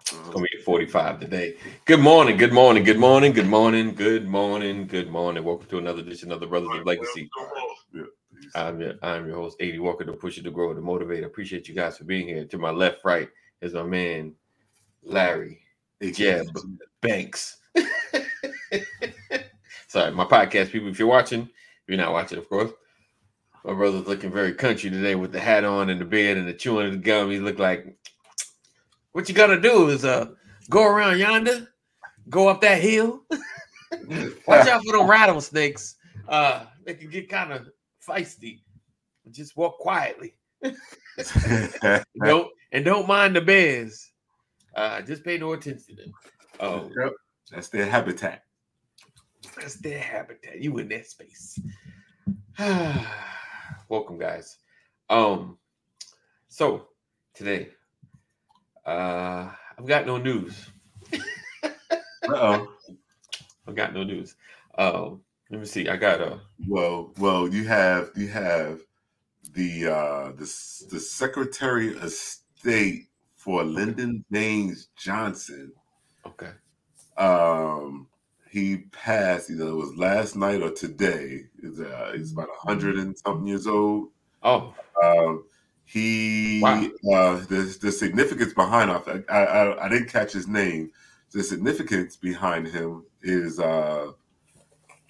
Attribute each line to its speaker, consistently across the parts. Speaker 1: It's gonna be 45 today. Good morning, good morning, good morning, good morning, good morning, good morning. Welcome to another edition of the Brothers of Legacy. I'm your, I'm your host, 80 Walker, the pusher, the grower, the motivator. Appreciate you guys for being here. To my left, right is my man Larry Jeb Banks. Sorry, my podcast people. If you're watching, if you're not watching, of course. My brother's looking very country today with the hat on and the beard and the chewing of the gum. He looked like what you gotta do is uh go around yonder, go up that hill. Watch out for them rattlesnakes. Uh they can get kind of feisty. Just walk quietly. don't and don't mind the bears. Uh just pay no attention to them. Oh,
Speaker 2: Yep. That's their habitat.
Speaker 1: that's their habitat. You in that space. Welcome, guys. Um, so today, uh, I've got no news.
Speaker 2: Uh-oh.
Speaker 1: I've got no news. Um, let me see. I got a
Speaker 2: Well, well, you have you have the uh the s- the Secretary of State for Lyndon James Johnson.
Speaker 1: okay.
Speaker 2: Um he passed either it was last night or today. He's, uh, he's about a hundred and something years old.
Speaker 1: Oh,
Speaker 2: Um he
Speaker 1: Wow.
Speaker 2: uh the, the significance behind I, I I I didn't catch his name. The significance behind him is uh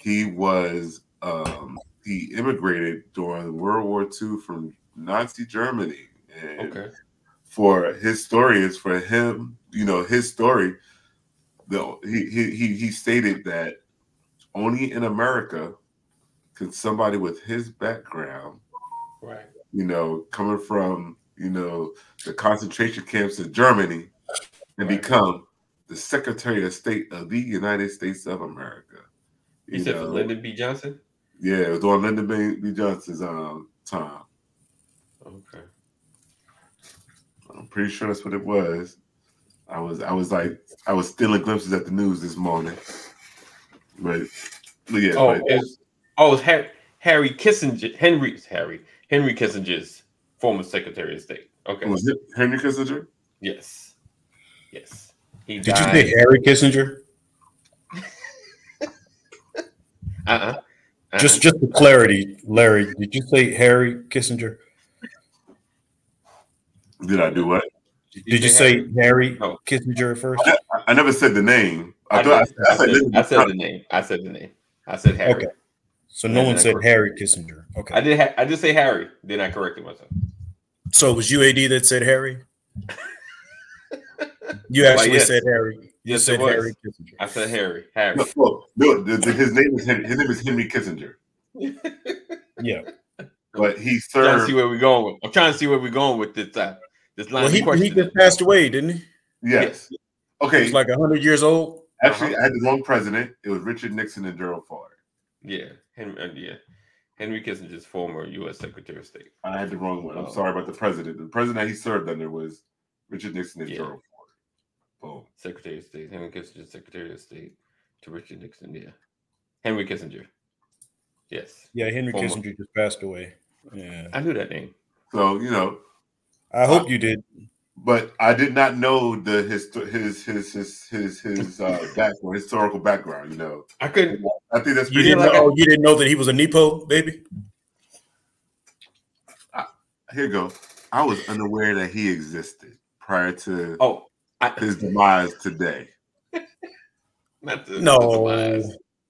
Speaker 2: he was um, he immigrated during World War II from Nazi Germany. And
Speaker 1: okay.
Speaker 2: for historians, for him, you know, his story, though he he he he stated that only in America could somebody with his background,
Speaker 1: Right.
Speaker 2: you know, coming from you know the concentration camps in Germany, and
Speaker 1: Right.
Speaker 2: become the Secretary of State of the United States of America.
Speaker 1: You said for Lyndon B. Johnson.
Speaker 2: Yeah, it was on Lyndon B. B. Johnson's um, time.
Speaker 1: Okay.
Speaker 2: I'm pretty sure that's what it was. I was, I was like, I was stealing glimpses at the news this morning, but, but yeah,
Speaker 1: Oh,
Speaker 2: but-
Speaker 1: it's, oh, it's Harry, Harry Kissinger, Henry's Harry, Henry Kissinger's former Secretary of State. Okay.
Speaker 3: Hmm.
Speaker 2: was it Henry Kissinger?
Speaker 1: Yes. Yes. He
Speaker 3: Did you
Speaker 1: died.
Speaker 3: say Harry Kissinger?
Speaker 1: Uh-uh. uh
Speaker 3: Just just for clarity, Larry, did you say Harry Kissinger?
Speaker 2: Did I do what?
Speaker 3: Did you say Harry
Speaker 1: No.
Speaker 3: Kissinger at first?
Speaker 2: I, I never said the name. I,
Speaker 1: I,
Speaker 2: thought
Speaker 1: did.
Speaker 2: I,
Speaker 1: I said,
Speaker 2: Lyndon
Speaker 1: I
Speaker 2: B.
Speaker 1: said the name. I said the name. I said Harry.
Speaker 3: Okay. So no one said Harry Kissinger.
Speaker 1: I
Speaker 3: Okay.
Speaker 1: did. Ha- I just say Harry. Then I corrected myself.
Speaker 3: So it was UAD that said Harry? You
Speaker 1: Why,
Speaker 3: actually
Speaker 1: yes.
Speaker 3: said Harry. You
Speaker 1: Yes, it
Speaker 3: said
Speaker 1: was.
Speaker 3: Harry Kissinger.
Speaker 1: I said Harry. Harry.
Speaker 2: No, no, no, the- the- his name is Henry, his name is Henry Kissinger,
Speaker 3: Yeah.
Speaker 2: but he
Speaker 1: trying to see
Speaker 2: served.
Speaker 1: where we're going with. I'm trying to see where we're going with this. Uh, this line
Speaker 3: Well, he,
Speaker 1: of questioning.
Speaker 3: he just passed away, didn't he?
Speaker 2: Yes.
Speaker 3: He
Speaker 2: Okay.
Speaker 3: was like uh-huh. 100 years old.
Speaker 2: Actually, I had the wrong president. It was Richard Nixon and Gerald Ford.
Speaker 1: Yeah, Henry. Uh, yeah, Henry Kissinger's former U.S. Secretary of State.
Speaker 2: I had the wrong one.
Speaker 3: Oh.
Speaker 2: I'm sorry about the president. The president that he served under was Richard Nixon and
Speaker 1: Yeah.
Speaker 2: Gerald Ford. Boom.
Speaker 1: Secretary of State. Henry Kissinger, Secretary of State to Richard Nixon. Yeah, Henry Kissinger. Yes,
Speaker 3: Yeah, Henry
Speaker 1: Former.
Speaker 3: Kissinger just passed away. Yeah.
Speaker 1: I knew that name.
Speaker 2: So you know,
Speaker 3: I
Speaker 1: Uh,
Speaker 3: hope you did.
Speaker 2: but I did not know the his his his his his, his uh, background, historical background. You know,
Speaker 1: I couldn't.
Speaker 2: I think that's
Speaker 3: You
Speaker 2: pretty.
Speaker 3: didn't
Speaker 1: like
Speaker 3: know,
Speaker 1: I-
Speaker 3: oh, you didn't know that he was a Nepo baby?
Speaker 2: Here you go. I was unaware that he existed prior to
Speaker 1: Oh, I,
Speaker 2: his demise today.
Speaker 1: not the,
Speaker 3: No.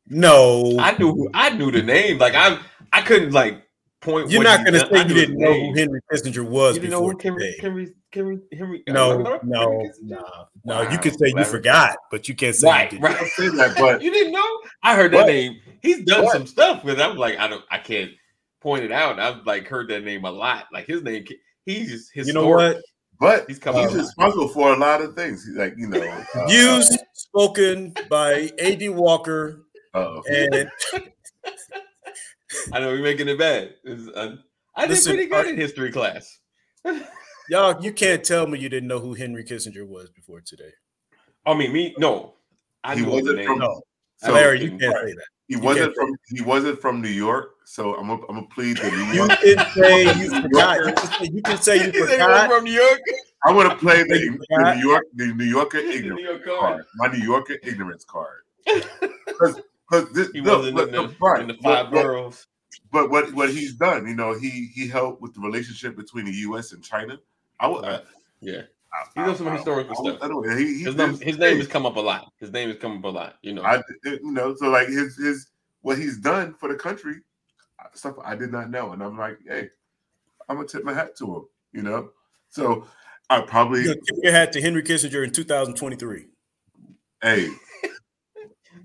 Speaker 3: No.
Speaker 1: I knew who I knew the name. Like I I couldn't like point.
Speaker 3: You're
Speaker 1: what
Speaker 3: not
Speaker 1: he
Speaker 3: going to
Speaker 1: done.
Speaker 3: say
Speaker 1: I
Speaker 3: you
Speaker 1: knew his
Speaker 3: didn't know who
Speaker 1: name.
Speaker 3: Henry Kissinger was
Speaker 1: You didn't know
Speaker 3: before
Speaker 1: who Henry
Speaker 3: today.
Speaker 1: Henry Henry Henry.
Speaker 3: No,
Speaker 1: Henry
Speaker 3: no,
Speaker 1: Kissinger?
Speaker 3: no, no. You
Speaker 1: Wow,
Speaker 3: could say you
Speaker 1: Larry.
Speaker 3: forgot, but you can't say you
Speaker 1: Right,
Speaker 3: didn't.
Speaker 1: right.
Speaker 2: Say that, but
Speaker 1: You didn't know? I heard that
Speaker 2: What?
Speaker 1: name. He's done
Speaker 2: What?
Speaker 1: some stuff with. I'm like, I don't, I can't point it out. I've like heard that name a lot. Like his name, ca- he's just historic.
Speaker 3: You know what?
Speaker 2: but
Speaker 1: He's coming.
Speaker 2: he's
Speaker 1: out.
Speaker 2: responsible for a lot of things. He's like you know, uh,
Speaker 3: Views spoken by A.D. Walker
Speaker 2: uh,
Speaker 3: and
Speaker 1: I know we're making it bad. It's, uh, I did
Speaker 3: Listen,
Speaker 1: pretty good
Speaker 3: I-
Speaker 1: in history class.
Speaker 3: y'all. You can't tell me you didn't know who Henry Kissinger was before today.
Speaker 1: I mean, me no. I
Speaker 2: He
Speaker 1: knew the
Speaker 2: wasn't
Speaker 1: name.
Speaker 2: from-
Speaker 3: No,
Speaker 1: So-
Speaker 3: Larry, you can't say that.
Speaker 2: he
Speaker 3: You
Speaker 2: wasn't
Speaker 3: can't-
Speaker 2: from he wasn't from New York, so I'm gonna I'm gonna plead the New
Speaker 3: You
Speaker 2: York.
Speaker 3: can say you forgot. You can say you, can say you
Speaker 1: Is anyone
Speaker 3: forgot.
Speaker 1: from New York?
Speaker 2: I want to play the, the New York the New Yorker
Speaker 1: New
Speaker 2: ignorance
Speaker 1: York
Speaker 2: card.
Speaker 1: card.
Speaker 2: My New Yorker ignorance card. Because this,
Speaker 1: He
Speaker 2: look,
Speaker 1: wasn't
Speaker 2: look,
Speaker 1: in, the,
Speaker 2: look, right,
Speaker 1: in the five
Speaker 2: look, look,
Speaker 1: boroughs.
Speaker 2: but what what he's done, you know, he he helped with the relationship between the U.S. and China. I would. I,
Speaker 1: Yeah.
Speaker 2: I-
Speaker 1: He does some
Speaker 2: I-
Speaker 1: historical
Speaker 2: I would-
Speaker 1: stuff.
Speaker 2: I don't- he- he
Speaker 1: His,
Speaker 2: did
Speaker 1: num-
Speaker 2: some
Speaker 1: his name
Speaker 2: things.
Speaker 1: has come up a lot. His name has come up a lot. You know,
Speaker 2: I it- you know so like his his what he's done for the country stuff I did not know, and I'm like, hey, I'm gonna tip my hat to him, you know. So I probably
Speaker 3: You tip your hat to Henry Kissinger in 2023.
Speaker 2: hey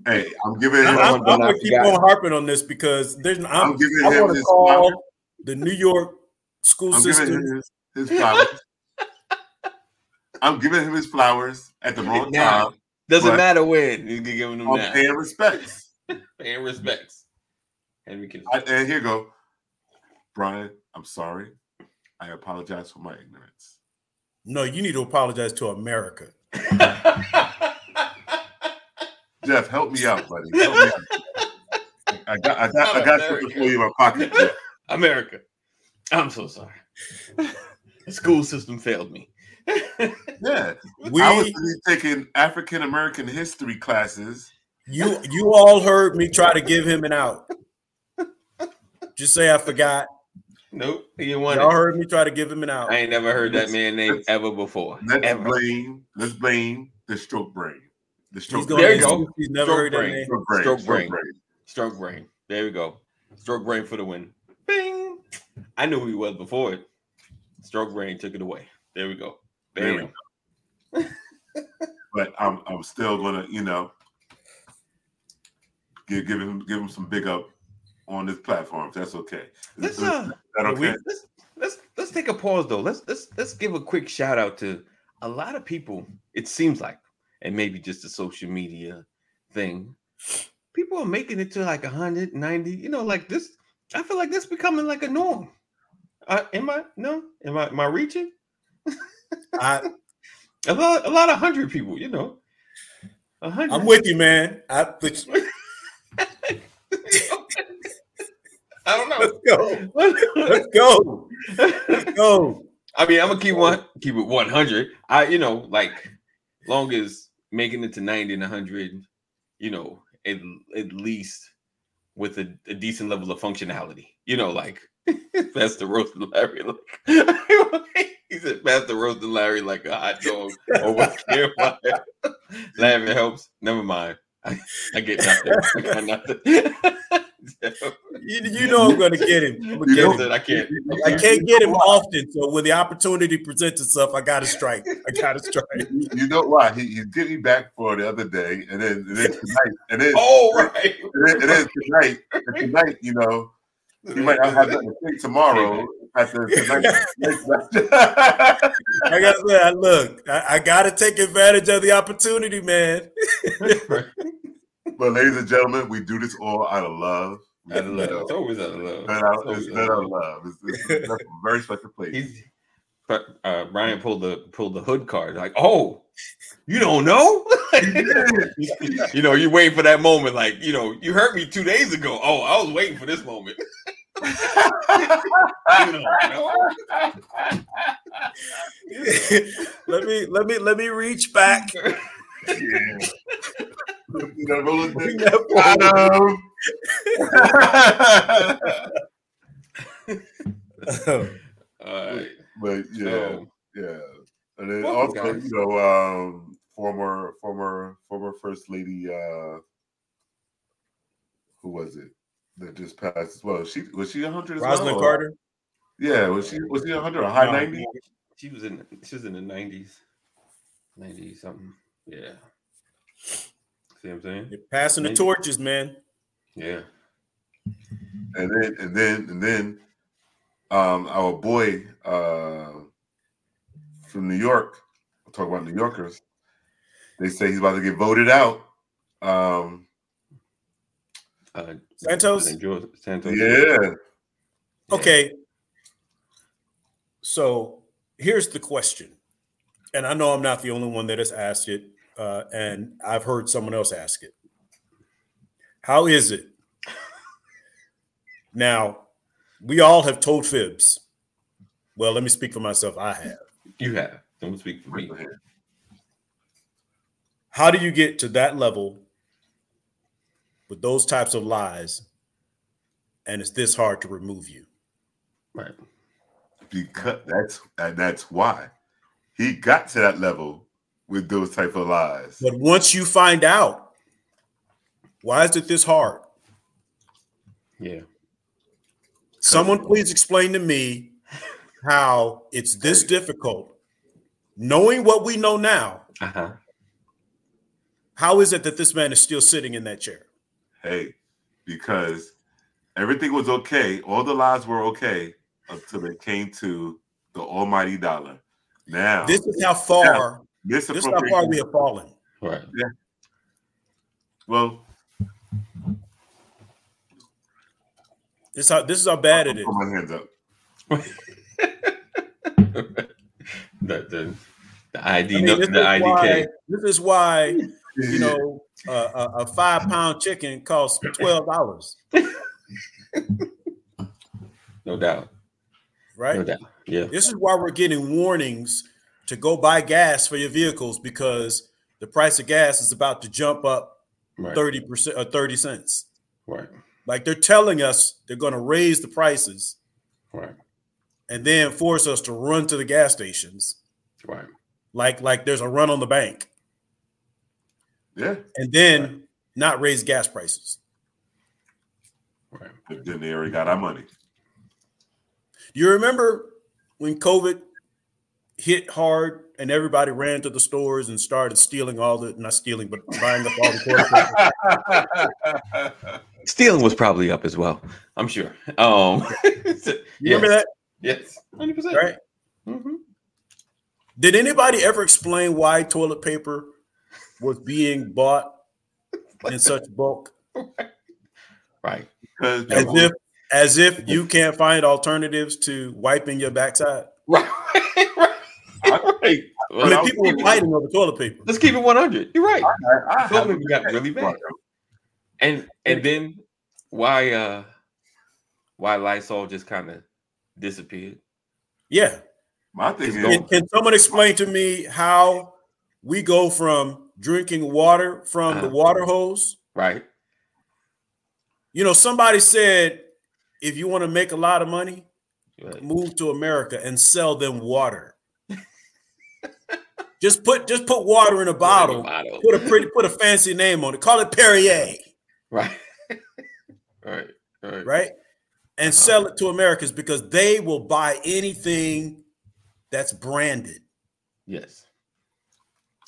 Speaker 2: hey I'm giving him
Speaker 3: I'm,
Speaker 1: I
Speaker 2: I'm,
Speaker 1: want to
Speaker 3: I'm gonna
Speaker 1: knock
Speaker 3: keep
Speaker 1: the guy.
Speaker 3: on harping on this because there's. I'm, i
Speaker 2: giving him
Speaker 3: want to
Speaker 2: his
Speaker 3: call
Speaker 2: flowers.
Speaker 3: the New York school
Speaker 2: I'm giving
Speaker 3: system.
Speaker 2: him his, his flowers. I'm giving him his flowers at the wrong
Speaker 1: Now.
Speaker 2: time.
Speaker 1: doesn't
Speaker 2: but-
Speaker 1: matter when. You can give him
Speaker 2: I'm
Speaker 1: now.
Speaker 2: paying respects.
Speaker 1: Paying respects. And we can.
Speaker 2: I, and here go, Brian. I'm sorry. I apologize for my ignorance.
Speaker 3: No, you need to apologize to America.
Speaker 2: Jeff, help me out, buddy. Help me out. I got, I got, I got something for you in my pocket. Jeff.
Speaker 1: America. I'm so sorry. the school system failed me.
Speaker 2: Yeah,
Speaker 3: We,
Speaker 2: I was really taking African American history classes.
Speaker 3: you, you all heard me try to give him an out. Just say I forgot.
Speaker 1: nope. He didn't want
Speaker 3: Y'all
Speaker 1: it.
Speaker 3: heard me try to give him an out.
Speaker 1: I ain't never heard that
Speaker 2: Let's-
Speaker 1: man name
Speaker 2: let's-
Speaker 1: ever before.
Speaker 2: Let's
Speaker 1: Ever.
Speaker 2: blame, let's blame the stroke brain. The
Speaker 3: He's
Speaker 2: stroke
Speaker 3: going
Speaker 1: There
Speaker 2: brain.
Speaker 1: you go.
Speaker 3: He's never
Speaker 1: Stroke
Speaker 3: heard that
Speaker 1: brain.
Speaker 3: name.
Speaker 2: Stroke brain.
Speaker 1: Stroke
Speaker 2: Stroke,
Speaker 1: brain.
Speaker 2: brain.
Speaker 1: Stroke brain. There we go. Stroke brain for the win. Bing. I knew who he was before it. Stroke brain took it away. There we go.
Speaker 2: There we
Speaker 1: Bam.
Speaker 2: But I'm, I'm still gonna, you know, give, give him, give him some big up on this platform. If that's okay.
Speaker 1: Let's
Speaker 2: Is
Speaker 1: uh
Speaker 2: that okay?
Speaker 1: we- let's, let's let's take a pause though. Let's let's let's give a quick shout out to a lot of people. It seems like, and maybe just a social media thing. People are making it to like 190. You know, like this. I feel like this becoming like a norm. Uh, am I no? Am I am I reaching?
Speaker 3: I,
Speaker 1: A lot a lot of hundred people. You know, a hundred.
Speaker 3: I'm with you, man. I, let's
Speaker 1: I don't know.
Speaker 3: go. Let's go. Let's go.
Speaker 1: I mean, I'm gonna keep one,
Speaker 2: Oh.
Speaker 1: keep it 100. I, you know, like long as making it to 90 and 100, you know, at, at least with a, a decent level of functionality, you know, like that's the roast and Larry. Like, he said, "Pass the roast and Larry like a hot dog over campfire." Laughing helps. Never mind. I, I get nothing. I got nothing.
Speaker 3: You, you know I'm gonna get him. I'm gonna
Speaker 2: You
Speaker 3: get
Speaker 2: know-
Speaker 3: him.
Speaker 1: Kevin, I can't. I'm
Speaker 3: I
Speaker 1: sorry.
Speaker 3: can't get him often, so when the opportunity presents itself, I gotta strike. I gotta strike.
Speaker 2: You you know why? He, he's getting me back for the other day, and then, and then tonight, and then,
Speaker 1: Oh right.
Speaker 2: and then, and then tonight, and tonight, you know, you might not have nothing to say tomorrow after tonight.
Speaker 3: I gotta say, I look, I, I gotta take advantage of the opportunity, man.
Speaker 2: but ladies and gentlemen, we do this all out of love. We
Speaker 1: Out of
Speaker 2: do
Speaker 1: love.
Speaker 2: it
Speaker 1: It's always out of love.
Speaker 2: Out out-
Speaker 1: It's
Speaker 2: it's
Speaker 1: always
Speaker 2: not
Speaker 1: out
Speaker 2: out
Speaker 1: of
Speaker 2: of
Speaker 1: love.
Speaker 2: love. It's, it's, it's a very special place.
Speaker 1: He's, but uh, Brian pulled the pulled the hood card. Like, oh, you don't know? you know, you waiting for that moment. Like, you know, you hurt me two days ago. Oh, I was waiting for this moment. You don't know.
Speaker 3: let me let me let me reach back.
Speaker 2: Yeah. You know, roll it
Speaker 3: Bring
Speaker 2: back.
Speaker 3: that ball.
Speaker 2: Got him.
Speaker 1: All right. Um,
Speaker 2: but yeah.
Speaker 1: So,
Speaker 2: Yeah, and then
Speaker 1: Welcome,
Speaker 2: also
Speaker 1: guys.
Speaker 2: you know um, former former former first lady uh, who was it that just passed as well? She was she hundred as
Speaker 3: Rosalind
Speaker 2: well?
Speaker 3: Carter.
Speaker 2: Yeah, was she was she hundred or high
Speaker 3: No,
Speaker 2: ninety?
Speaker 3: no.
Speaker 1: she was in she was in the nineties, ninety something. Yeah. See what I'm saying?
Speaker 3: You're passing the torches, man.
Speaker 1: Yeah.
Speaker 2: And then and then and then um, our boy uh, from New York. I'll talk about New Yorkers. They say he's about to get voted out. Um,
Speaker 1: Uh,
Speaker 3: Santos?
Speaker 1: Santos. Santos.
Speaker 2: yeah,
Speaker 3: Okay. So here's the question. And I know I'm not the only one that has asked it, uh, and I've heard someone else ask it. How is it Now, we all have told fibs. Well, let me speak for myself. I have.
Speaker 1: You have. Don't speak for me.
Speaker 3: How do you get to that level with those types of lies and it's this hard to remove you?
Speaker 1: Right.
Speaker 2: because that's and that's why he got to that level with those type of lies.
Speaker 3: But once you find out, why is it this hard?
Speaker 1: Yeah.
Speaker 3: Someone please explain to me how it's this difficult. Knowing what we know now,
Speaker 1: Uh huh.
Speaker 3: how is it that this man is still sitting in that chair?
Speaker 2: Hey, because everything was okay, all the lies were okay until it came to the almighty dollar. Now
Speaker 3: This is how far this is how far
Speaker 2: misappropriation-
Speaker 3: we have fallen.
Speaker 1: Right.
Speaker 2: well,
Speaker 3: This how this is how bad it
Speaker 2: I'll
Speaker 3: is.
Speaker 2: put my hands up.
Speaker 1: the, the the ID
Speaker 3: I mean,
Speaker 1: no-
Speaker 3: this
Speaker 1: the
Speaker 3: is why-
Speaker 1: IDK.
Speaker 3: This is why you know a, a, a five pound chicken costs twelve dollars,
Speaker 1: No doubt.
Speaker 3: right?
Speaker 1: No doubt. Yeah.
Speaker 3: This is why we're getting warnings to go buy gas for your vehicles because the price of gas is about to jump up
Speaker 1: Right.
Speaker 3: thirty percent or thirty cents.
Speaker 1: Right.
Speaker 3: Like they're telling us they're going to raise the prices
Speaker 1: Right.
Speaker 3: and then force us to run to the gas stations,
Speaker 1: Right.
Speaker 3: like like there's a run on the bank,
Speaker 2: Yeah,
Speaker 3: and then not raise gas prices.
Speaker 1: Right.
Speaker 2: but then they already got our money.
Speaker 3: Do you remember when COVID hit hard and everybody ran to the stores and started stealing all the not stealing but buying up all the toilet paper?
Speaker 1: Stealing was probably up as well. I'm sure. Um.
Speaker 3: You Remember
Speaker 1: yes.
Speaker 3: that? Mm-hmm.
Speaker 1: Yes. Hundred percent.
Speaker 3: Right.
Speaker 1: hmm
Speaker 3: Did anybody ever explain why toilet paper was being bought in such bulk?
Speaker 1: Right.
Speaker 2: Because
Speaker 3: As
Speaker 2: people-
Speaker 3: if as if you can't find alternatives to wiping your backside.
Speaker 1: Right. right. right.
Speaker 3: I
Speaker 1: Well,
Speaker 3: mean, people were fighting over toilet paper.
Speaker 1: let's keep it 100. You're right.
Speaker 2: I- I
Speaker 1: COVID
Speaker 2: haven't-
Speaker 1: got really bad. And and then why uh why Lysol just kind of disappeared?
Speaker 3: Yeah.
Speaker 2: My thing is,
Speaker 3: Can, can someone explain to me how we go from drinking water from the
Speaker 1: Uh-huh.
Speaker 3: water hose?
Speaker 1: Right.
Speaker 3: You know, somebody said if you want to make a lot of money,
Speaker 1: Right.
Speaker 3: move to America and sell them water. just put just put water in a bottle.
Speaker 1: Bottle.
Speaker 3: Put a pretty put a fancy name on it. Call it Perrier,
Speaker 1: Right. right. Right.
Speaker 3: right? And sell it to Americans because they will buy anything that's branded.
Speaker 1: Yes.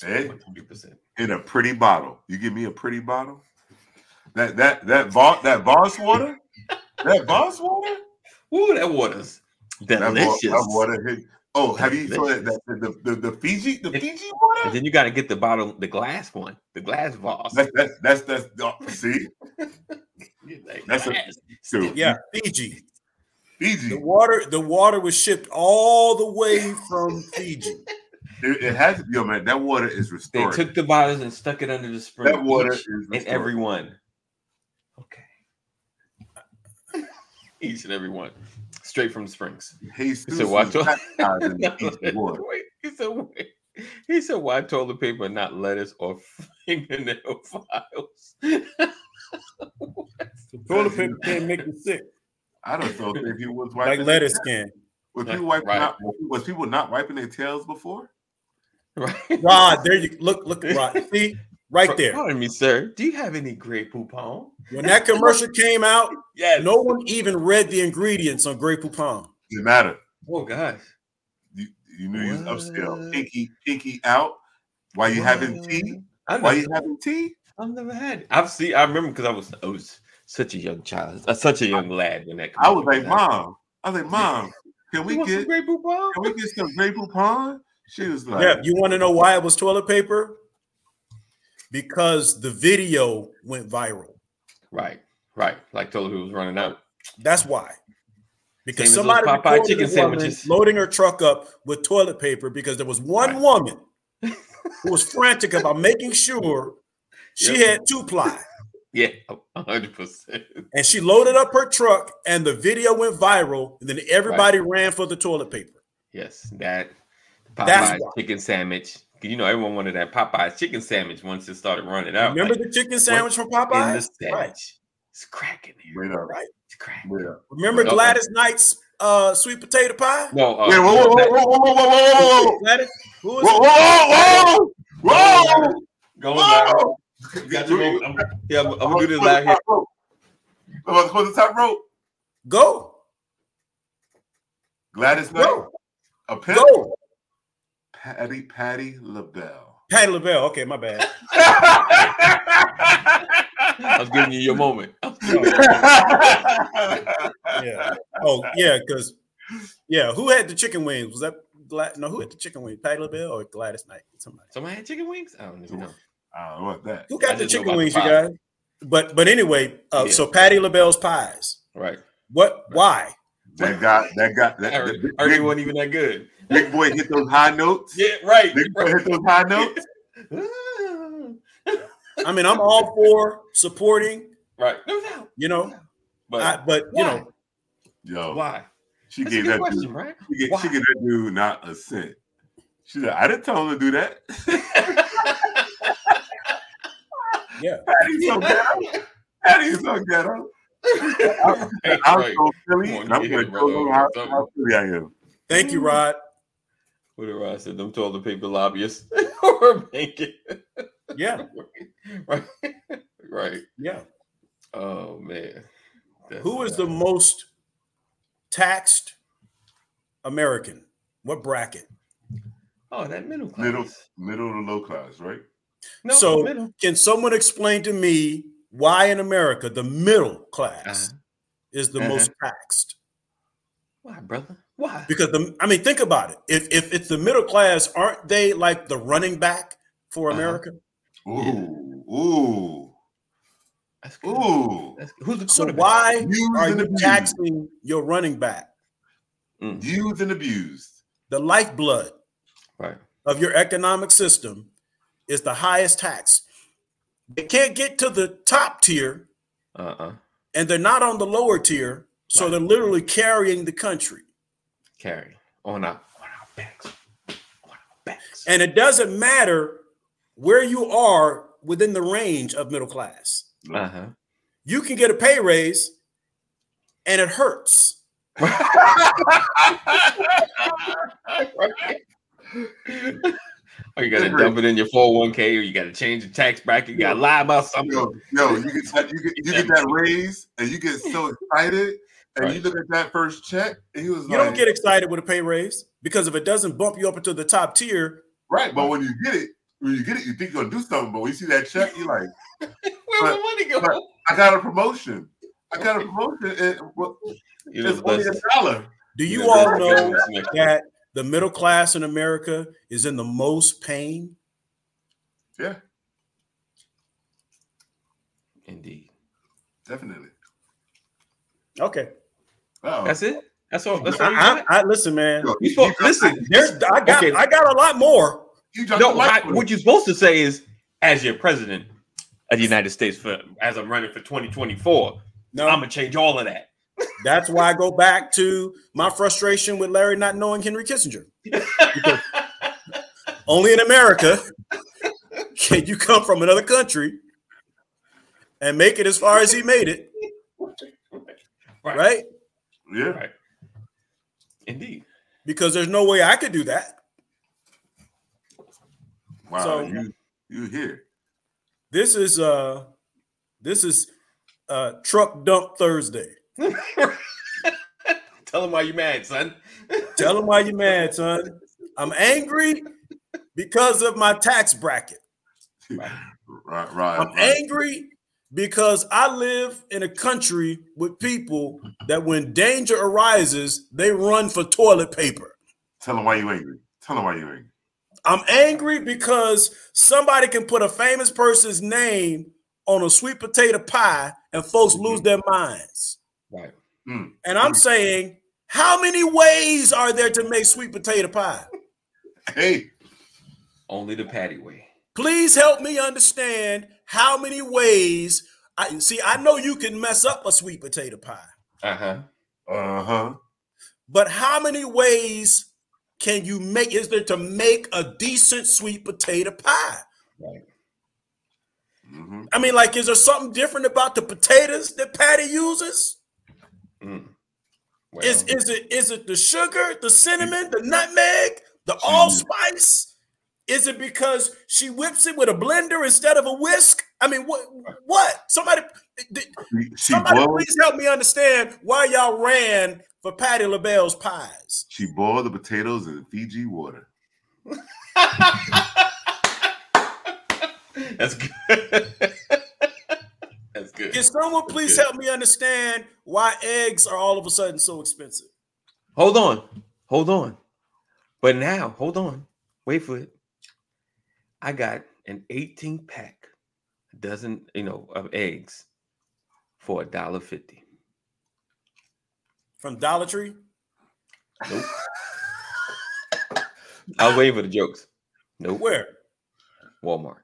Speaker 2: hey,
Speaker 1: 100%.
Speaker 2: in a pretty bottle. You give me a pretty bottle. That that that Voss that Voss water. That Voss water.
Speaker 1: Ooh, that water's
Speaker 2: That, wa-
Speaker 1: delicious.
Speaker 2: that water. Hit. Oh, have you so that, that the, the the Fiji the Fiji water?
Speaker 1: And then you got to get the bottle, the glass one, the glass vase.
Speaker 2: That's that's that's, that's oh, see
Speaker 1: Like,
Speaker 2: that's a-
Speaker 1: glass.
Speaker 2: dude.
Speaker 3: Yeah, Fiji.
Speaker 2: Fiji.
Speaker 3: The water the water was shipped all the way from Fiji.
Speaker 2: It, it has yo man. That water is
Speaker 1: They
Speaker 2: restored.
Speaker 1: took the bottles and stuck it under the spring.
Speaker 2: that water
Speaker 1: each
Speaker 2: is restored.
Speaker 1: and every one. Okay. Each and every one, straight from the springs.
Speaker 2: Jesus
Speaker 1: So watch
Speaker 2: was
Speaker 1: what-
Speaker 2: baptized in the Fiji water.
Speaker 1: Wait, he said, wait. He said, why toilet paper, not lettuce or fingernail files?
Speaker 3: Toilet paper can't make you sick.
Speaker 2: I don't know if he was
Speaker 3: Like
Speaker 2: wiping.
Speaker 3: lettuce can.
Speaker 2: Was people wiping
Speaker 1: Right.
Speaker 2: out, was people not wiping their tails before?
Speaker 1: Right.
Speaker 3: Rod, there you look, look, Rod. See, right there.
Speaker 1: Pardon me, sir. Do you have any Grey Poupon?
Speaker 3: When that commercial came out,
Speaker 1: Yes.
Speaker 3: no one even read the ingredients on Grey Poupon.
Speaker 2: Didn't matter.
Speaker 1: Oh, gosh.
Speaker 2: You, you knew you was upscale.
Speaker 1: What?
Speaker 2: Pinky, pinky out. While you having tea?
Speaker 1: I
Speaker 2: While
Speaker 1: never,
Speaker 2: you having tea?
Speaker 1: I've never had it. I've seen, I remember because I was, I was such a young child, uh, such a young lad when that
Speaker 2: I was like,
Speaker 1: commercial came out.
Speaker 2: Mom. I was like, Mom, can
Speaker 1: You
Speaker 2: we
Speaker 1: want some
Speaker 2: get
Speaker 1: Grey Poupon?
Speaker 2: can we get some grape pond? She was like,
Speaker 3: Yeah, you want to know why it was toilet paper? Because the video went viral.
Speaker 1: Right, right. Like toilet paper was running out.
Speaker 3: That's why. Because
Speaker 1: Same as those
Speaker 3: somebody
Speaker 1: Popeye
Speaker 3: recorded
Speaker 1: chicken
Speaker 3: a woman
Speaker 1: sandwiches.
Speaker 3: loading her truck up with toilet paper because there was one
Speaker 1: Right.
Speaker 3: woman who was frantic about making sure she
Speaker 1: Yep.
Speaker 3: had two ply.
Speaker 1: Yeah, hundred percent.
Speaker 3: And she loaded up her truck, and the video went viral. And then everybody ran for the toilet paper.
Speaker 1: Yes, that
Speaker 3: That's
Speaker 1: Popeye
Speaker 3: why.
Speaker 1: chicken sandwich. 'Cause You know, everyone wanted that Popeye chicken sandwich once it started running out.
Speaker 3: Remember
Speaker 1: like,
Speaker 3: the chicken sandwich from
Speaker 1: in the
Speaker 3: Popeye?
Speaker 1: sandwich.
Speaker 3: Right.
Speaker 1: It's cracking here.
Speaker 2: Wait up.
Speaker 1: It's cracking.
Speaker 2: Wait up.
Speaker 3: Remember
Speaker 1: Uh-oh.
Speaker 3: Gladys Knight's uh, sweet potato pie?
Speaker 1: No, uh,
Speaker 2: Wait, whoa, whoa, whoa, whoa, whoa, whoa, whoa, whoa,
Speaker 3: Gladys, who
Speaker 2: whoa,
Speaker 3: was
Speaker 2: whoa, whoa, whoa,
Speaker 1: Go on,
Speaker 2: whoa, Oh,
Speaker 1: Larry. Got your moment. I'm, yeah, I'm, I'm gonna do this out here.
Speaker 2: whoa. I'm about to go to the top rope.
Speaker 3: it? Go,
Speaker 2: Gladys Knight,
Speaker 3: go,
Speaker 2: a pimp,
Speaker 3: go.
Speaker 2: Patty, Patty LaBelle.
Speaker 3: Patty LaBelle. Okay, my bad.
Speaker 1: I'm giving you your moment.
Speaker 3: Yeah. Oh, yeah, because yeah, who had the chicken wings? Was that Glad? No, who had the chicken wings? Patty LaBelle or Gladys Knight? Somebody.
Speaker 1: Somebody had chicken wings? Oh, I don't even know.
Speaker 2: I don't want that.
Speaker 3: Who
Speaker 1: I
Speaker 3: got the
Speaker 1: just know
Speaker 3: chicken
Speaker 1: about
Speaker 3: wings,
Speaker 1: the
Speaker 3: you guys? But but anyway, uh,
Speaker 1: Yeah.
Speaker 3: so Patty LaBelle's pies.
Speaker 1: Right.
Speaker 3: What? Why?
Speaker 2: That guy, that guy, that,
Speaker 1: I heard,
Speaker 2: that,
Speaker 1: I heard it
Speaker 2: big,
Speaker 1: wasn't even that good.
Speaker 2: big boy hit those high notes.
Speaker 1: Yeah, right.
Speaker 2: Big boy hit those high notes.
Speaker 1: right.
Speaker 3: I mean, I'm all for supporting.
Speaker 1: No doubt.
Speaker 3: You know,
Speaker 1: But Oh.
Speaker 3: I, but
Speaker 1: why?
Speaker 3: you know,
Speaker 2: Yo,
Speaker 1: why?
Speaker 2: she
Speaker 1: That's a
Speaker 2: gave
Speaker 1: good
Speaker 2: that
Speaker 1: question,
Speaker 2: dude,
Speaker 1: right?
Speaker 2: she gave,
Speaker 1: Why?
Speaker 2: she gave that dude not a cent. She said, I didn't tell him to do that.
Speaker 3: yeah.
Speaker 2: Patty's so ghetto. Patty's so ghetto.
Speaker 1: Right,
Speaker 2: I'm
Speaker 1: right.
Speaker 2: so Philly,
Speaker 1: Come on,
Speaker 2: and I'm
Speaker 1: get
Speaker 2: gonna
Speaker 1: it,
Speaker 2: show
Speaker 1: brother,
Speaker 2: them how,
Speaker 1: something.
Speaker 2: how Philly I am.
Speaker 3: Thank you, Rod.
Speaker 1: What did Rod say? Them toilet paper lobbyists or banking.
Speaker 3: Yeah,
Speaker 1: right. Right.
Speaker 3: yeah.
Speaker 1: Oh man. That's
Speaker 3: Who is the
Speaker 1: bad.
Speaker 3: most taxed American? What bracket?
Speaker 1: Oh, that middle class.
Speaker 2: Middle, middle to low class, right?
Speaker 1: No,
Speaker 3: So-
Speaker 1: middle.
Speaker 3: Can someone explain to me why in America the middle class
Speaker 1: Uh-huh.
Speaker 3: is the
Speaker 1: Uh-huh.
Speaker 3: most taxed?
Speaker 1: Why, brother? Why?
Speaker 3: Because the I mean, think about it. If if it's the middle class, aren't they like the running back for
Speaker 1: Uh-huh.
Speaker 3: America?
Speaker 2: Ooh, ooh,
Speaker 1: That's good.
Speaker 2: ooh.
Speaker 1: That's good. Who's the
Speaker 3: So
Speaker 1: quarterback?
Speaker 3: why are
Speaker 2: Used and
Speaker 3: you
Speaker 2: abused.
Speaker 3: taxing your running back,
Speaker 1: Mm,
Speaker 2: Used and abused.
Speaker 3: the lifeblood
Speaker 1: right.
Speaker 3: of your economic system, is the highest tax? They can't get to the top tier,
Speaker 1: Uh-uh.
Speaker 3: and they're not on the lower tier, so
Speaker 1: Right.
Speaker 3: they're literally carrying the country.
Speaker 1: Carry on our on our backs. On our backs.
Speaker 3: And it doesn't matter where you are within the range of middle class.
Speaker 1: uh-huh.
Speaker 3: You can get a pay raise, and it hurts.
Speaker 1: Or you gotta dump it in your 401k, or you gotta change the tax bracket, you gotta lie about something.
Speaker 2: Yo, yo, you get that, you get you get that raise, and you get so excited, and you
Speaker 1: Right.
Speaker 2: look at that first check, and he was
Speaker 3: You
Speaker 2: like,
Speaker 3: don't get excited with a pay raise because if it doesn't bump you up into the top tier,
Speaker 2: right. But when you get it, when you get it, you think you're gonna do something, but when you see that check, you're like,
Speaker 1: Where the money
Speaker 2: but-
Speaker 1: go?
Speaker 2: I got a promotion, I got a promotion, and well,
Speaker 1: You
Speaker 2: it's
Speaker 1: just
Speaker 2: only
Speaker 1: blessed.
Speaker 2: a dollar.
Speaker 3: do you
Speaker 1: just
Speaker 3: all
Speaker 1: blessed
Speaker 3: know
Speaker 1: goodness, Nick.
Speaker 3: that the middle class in America is in the most pain?
Speaker 2: Yeah,
Speaker 1: Indeed.
Speaker 2: definitely.
Speaker 3: Okay,
Speaker 2: Oh,
Speaker 1: That's it. That's all. That's all. You,
Speaker 3: I,
Speaker 1: got?
Speaker 3: I, I- listen, man.
Speaker 1: you supposed listen.
Speaker 3: There's, I got,
Speaker 1: Okay.
Speaker 3: I got a lot more.
Speaker 2: You
Speaker 1: No, I, what you're supposed to say is, as your president of the United States for as I'm running for 2024,
Speaker 3: No,
Speaker 1: I'm gonna change all of that.
Speaker 3: that's why I go back to my frustration with Larry not knowing Henry Kissinger. Because only in America can you come from another country and make it as far as he made it, right?
Speaker 2: yeah,
Speaker 1: Right. Indeed.
Speaker 3: Because there's no way I could do that.
Speaker 2: wow,
Speaker 3: So-
Speaker 2: you you here?
Speaker 3: this is uh this is uh truck dump thursday
Speaker 1: Tell him why you mad, son.
Speaker 3: tell them why you mad son i'm angry because of my tax bracket
Speaker 2: Right,
Speaker 1: Right.
Speaker 2: right.
Speaker 3: i'm
Speaker 2: right.
Speaker 3: angry because i live in a country with people that when danger arises they run for toilet paper
Speaker 2: Tell him why you angry. Tell him why you angry.
Speaker 3: i'm angry because somebody can put a famous person's name on a sweet potato pie and folks lose their minds
Speaker 1: Right.
Speaker 3: And I'm saying, how many ways are there to make sweet potato pie?
Speaker 2: Hey,
Speaker 1: Only the patty way.
Speaker 3: Please help me understand how many ways I see. I know you can mess up a sweet potato pie,
Speaker 1: Uh huh.
Speaker 2: Uh huh.
Speaker 3: but how many ways can you make? Is there to make a decent sweet potato pie?
Speaker 2: hmm
Speaker 3: I mean, like, is there something different about the potatoes that Patty uses?
Speaker 1: Mm. Well,
Speaker 3: Is is it is it the sugar, the cinnamon, the nutmeg, the allspice? Is it because she whips it with a blender instead of a whisk? I mean, what what? Somebody
Speaker 2: She, she
Speaker 3: somebody
Speaker 2: boiled.
Speaker 3: please help me understand why y'all ran for Patty LaBelle's pies.
Speaker 2: She boiled the potatoes in Fiji water.
Speaker 1: that's good. that's good.
Speaker 3: Can someone please
Speaker 1: Okay.
Speaker 3: help me understand why eggs are all of a sudden so expensive?
Speaker 1: Hold on. Hold on. But now, hold on. Wait for it. I got an 18 pack, a dozen, you know, of eggs for a dollar fifty.
Speaker 3: From Dollar Tree?
Speaker 1: Nope. I was waiting for the jokes. Nope.
Speaker 3: Where?
Speaker 1: Walmart.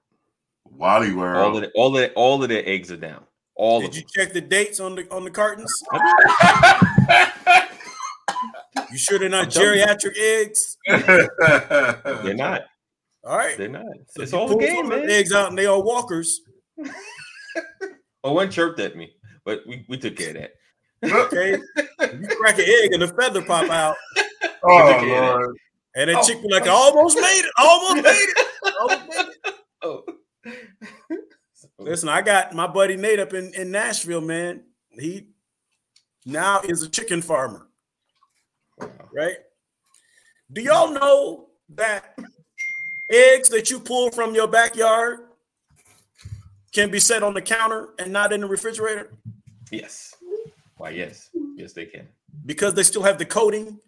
Speaker 2: Wally
Speaker 1: All of
Speaker 2: World.
Speaker 1: the, all of the, all of their eggs are down. All of
Speaker 3: Did you
Speaker 1: them.
Speaker 3: check the dates on the on the cartons? You sure they're not
Speaker 1: I'm telling you.
Speaker 3: geriatric eggs?
Speaker 1: They're not.
Speaker 3: All right.
Speaker 1: They're not.
Speaker 3: So
Speaker 1: it's
Speaker 3: you
Speaker 1: all the
Speaker 3: pull
Speaker 1: game,
Speaker 3: some of the
Speaker 1: man.
Speaker 3: Eggs out and they are walkers.
Speaker 1: Oh, one chirped at me, but we, we took care of that.
Speaker 3: Okay, you crack an egg and the feather pop out,
Speaker 2: oh Lord.
Speaker 3: and that
Speaker 1: Oh.
Speaker 3: chick be like, "I almost made it, I almost made it." I almost made it."
Speaker 1: Oh.
Speaker 3: Listen, I got my buddy Nate up in, in Nashville, man. He now is a chicken farmer,
Speaker 1: Wow.
Speaker 3: right? Do y'all know that eggs that you pull from your backyard can be set on the counter and not in the refrigerator?
Speaker 1: Yes. Why, yes. Yes, they can.
Speaker 3: because they still have the coating.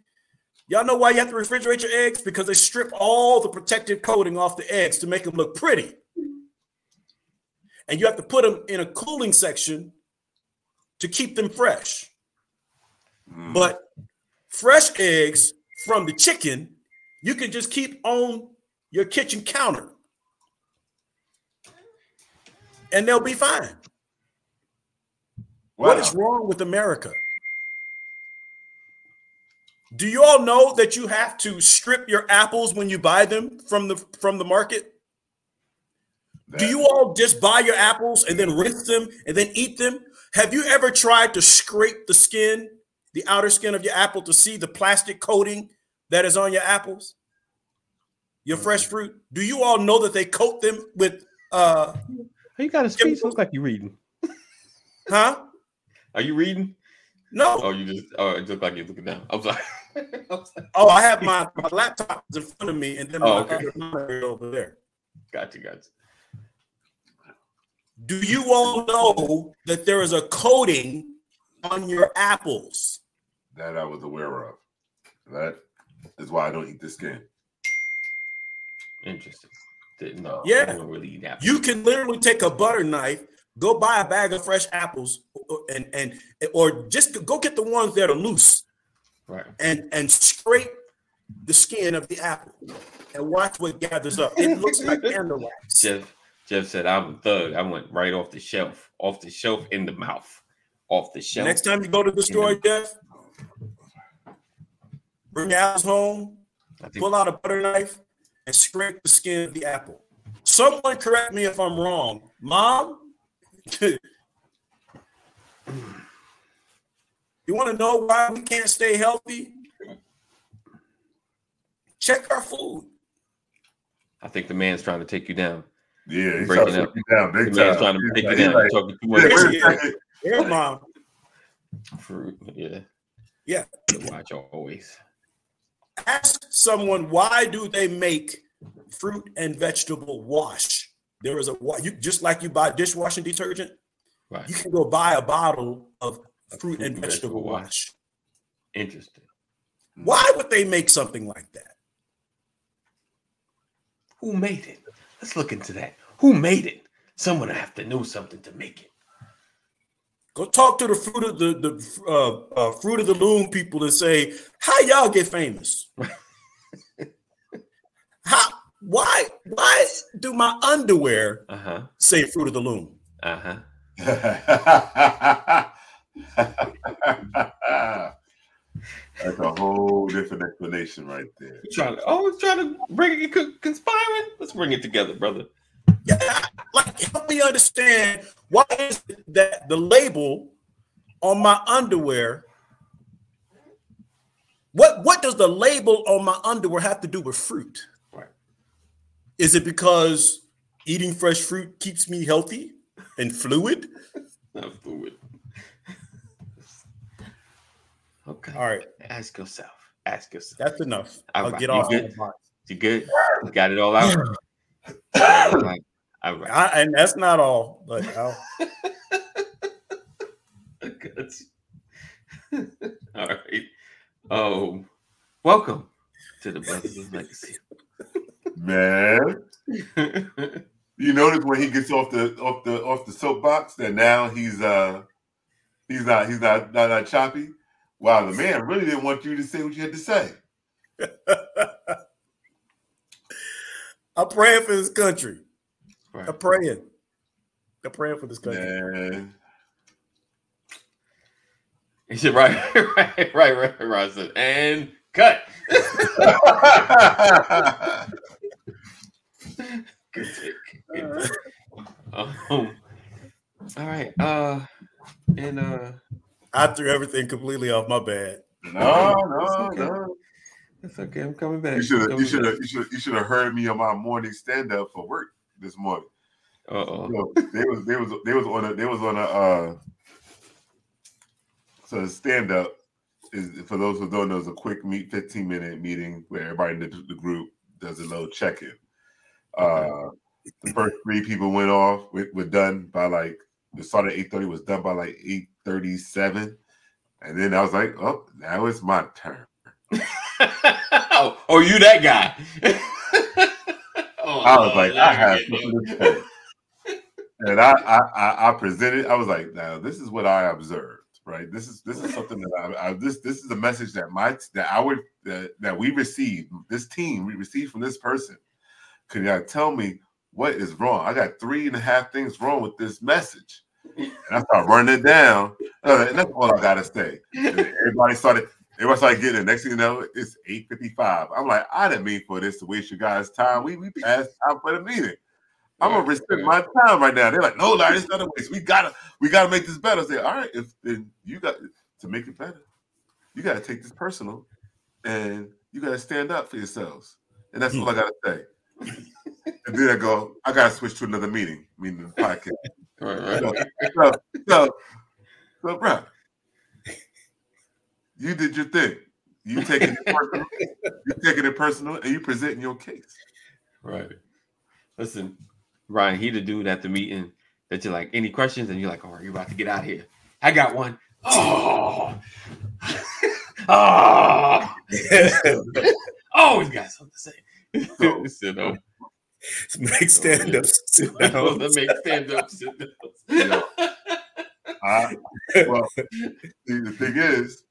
Speaker 3: Y'all know why you have to refrigerate your eggs? Because they strip all the protective coating off the eggs to make them look pretty. And you have to put them in a cooling section to keep them fresh.
Speaker 2: Mm.
Speaker 3: But fresh eggs from the chicken, you can just keep on your kitchen counter and they'll be fine. What is
Speaker 2: Wow.
Speaker 3: wrong with America? Do you all know that you have to strip your apples when you buy them from the from the market? Do
Speaker 2: That-
Speaker 3: you all just buy your apples and then rinse them and then eat them? Have you ever tried to scrape the skin, the outer skin of your apple to see the plastic coating that is on your apples?
Speaker 2: Mm.
Speaker 3: Your fresh fruit? Do you all know that they coat them with uh
Speaker 1: You got a
Speaker 3: speech,
Speaker 1: speech. Looks like you're reading.
Speaker 3: huh?
Speaker 1: Are you reading?
Speaker 3: No.
Speaker 1: Oh, you just. Oh, it looked like you're looking down. I'm sorry. I'm sorry.
Speaker 3: Oh, I have my, my laptop in front of me and then my
Speaker 1: Oh, okay.
Speaker 3: other monitor over there.
Speaker 1: Gotcha, gotcha.
Speaker 3: Do you all know that there is a coating on your apples?
Speaker 2: that I was aware of. That is why I don't eat this skin.
Speaker 1: Interesting. Didn't know.
Speaker 3: Yeah.
Speaker 1: I don't really eat apples.
Speaker 3: You can literally take a butter knife, go buy a bag of fresh apples, or- and and or just go get the ones that are loose
Speaker 1: Right.
Speaker 3: and and scrape the skin of the apple and watch what gathers up. It looks like candle wax.
Speaker 1: Jeff. Jeff said, "I'm a thug. I went right off the shelf, off the shelf in the mouth, off the shelf."
Speaker 3: Next time you go to the store, Jeff, bring your apples home,
Speaker 1: I think-
Speaker 3: pull out a butter knife and scrape the skin of the apple. Someone correct me if I'm wrong. Mom, you want to know why we can't stay healthy? Check our food.
Speaker 1: I think the man's trying to take you down.
Speaker 2: Yeah, he's trying
Speaker 1: Breaking
Speaker 2: to
Speaker 1: up.
Speaker 2: take you down
Speaker 1: The
Speaker 2: big time.
Speaker 1: man's trying to take you
Speaker 2: He's
Speaker 1: down.
Speaker 2: like-
Speaker 1: You're talking too
Speaker 2: Yeah,
Speaker 1: much
Speaker 2: wait a
Speaker 3: Yeah.
Speaker 2: second.
Speaker 3: Yeah, mom.
Speaker 1: fruit. Yeah.
Speaker 3: Yeah.
Speaker 1: Watch always.
Speaker 3: Ask someone why do they make fruit and vegetable wash? There is a wa- you just like you buy dishwashing detergent,
Speaker 1: Right.
Speaker 3: you can go buy a bottle of fruit and vegetable wash.
Speaker 1: Interesting.
Speaker 3: Mm-hmm. Why would they make something like that?
Speaker 1: Who made it? Let's look into that. Who made it? Someone have to know something to make it.
Speaker 3: Go talk to the fruit of the the uh, uh, fruit of the loom people and say how y'all get famous. how why why do my underwear
Speaker 1: Uh huh.
Speaker 3: say fruit of the loom?
Speaker 1: Uh huh.
Speaker 2: That's a whole different explanation right there.
Speaker 1: You trying to always trying to bring it co- conspiring? Let's bring it together, brother.
Speaker 3: Yeah, like help me understand why is it that the label on my underwear? What what does the label on my underwear have to do with fruit?
Speaker 1: Right.
Speaker 3: Is it because eating fresh fruit keeps me healthy and fluid?
Speaker 1: Not fluid. Okay.
Speaker 3: All right,
Speaker 1: Ask yourself. Ask yourself.
Speaker 3: that's enough.
Speaker 1: All
Speaker 3: I'll
Speaker 1: right,
Speaker 3: get
Speaker 1: you
Speaker 3: off.
Speaker 1: good?
Speaker 3: my mind.
Speaker 1: You good? You got it all out. All right. All right.
Speaker 3: I, and that's not all. But I'll,
Speaker 1: Good. All right. Oh, welcome to the Brothers of Legacy.
Speaker 2: Man,
Speaker 1: That's
Speaker 2: you notice when he gets off the off the off the soapbox that now he's uh he's not he's not not, not choppy. Wow, the man really didn't want you to say what you had to say.
Speaker 3: I'm praying for this country.
Speaker 1: right.
Speaker 3: I'm praying. I'm praying for this country.
Speaker 2: Man,
Speaker 1: He said, right, right, right, right, right. I said, and cut. Good take. Good take. Um, all right. Uh, and uh,
Speaker 3: I threw everything completely off my bad.
Speaker 2: no, no, no.
Speaker 1: it's okay. I'm coming back.
Speaker 2: You should have
Speaker 1: I'm
Speaker 2: you
Speaker 1: coming
Speaker 2: should
Speaker 1: back.
Speaker 2: have you should you should have heard me on my morning stand up for work this morning.
Speaker 1: Uh-oh.
Speaker 2: Yo, they was they was they was on a they was on a uh so stand up is for those who don't know is a quick meet 15 minute meeting where everybody in the, the group does a little check-in. Uh the first three people went off we, were done by like the start at 8:30 was done by like 8:37. And then I was like, oh, now it's my turn.
Speaker 1: oh, oh, you that guy. oh,
Speaker 2: I was like,
Speaker 1: now
Speaker 2: I
Speaker 1: you
Speaker 2: have
Speaker 1: get me.
Speaker 2: something to say. And I, I, I, I presented. I was like, now this is what I observed, right? This is this is something that I, I this this is a message that my that I would that, that we received. This team we received from this person. Can y'all tell me what is wrong? I got three and a half things wrong with this message, and I started running it down. Uh, and that's all I gotta say. And everybody started. Everybody started getting it. Next thing you know, it's eight fifty-five. I'm like, I didn't mean for this to waste your guys' time. We we passed out for the meeting. I'm gonna restrict my time right now. They're like, no, Larry, it's not a waste. We gotta, we gotta make this better. I say, all right, if then you got to make it better, you gotta take this personal, and you gotta stand up for yourselves. And that's all I gotta say. and then I go, I gotta switch to another meeting, meaning the podcast.
Speaker 1: Right, right.
Speaker 2: So, so, so, bro, you did your thing. You taking it personal. You taking it personal, and you presenting your case.
Speaker 1: Right. Listen, Ryan, he the dude at the meeting that you're like, any questions? And you're like, all right, you're about to get out of here. I got one. Oh,
Speaker 2: Ah.
Speaker 1: oh, always got something to say.
Speaker 2: So-
Speaker 1: Sit up.
Speaker 3: Make stand up. sit down.
Speaker 1: Let me stand up. Sit
Speaker 2: Yeah.
Speaker 1: down.
Speaker 2: I, well, see, the thing is,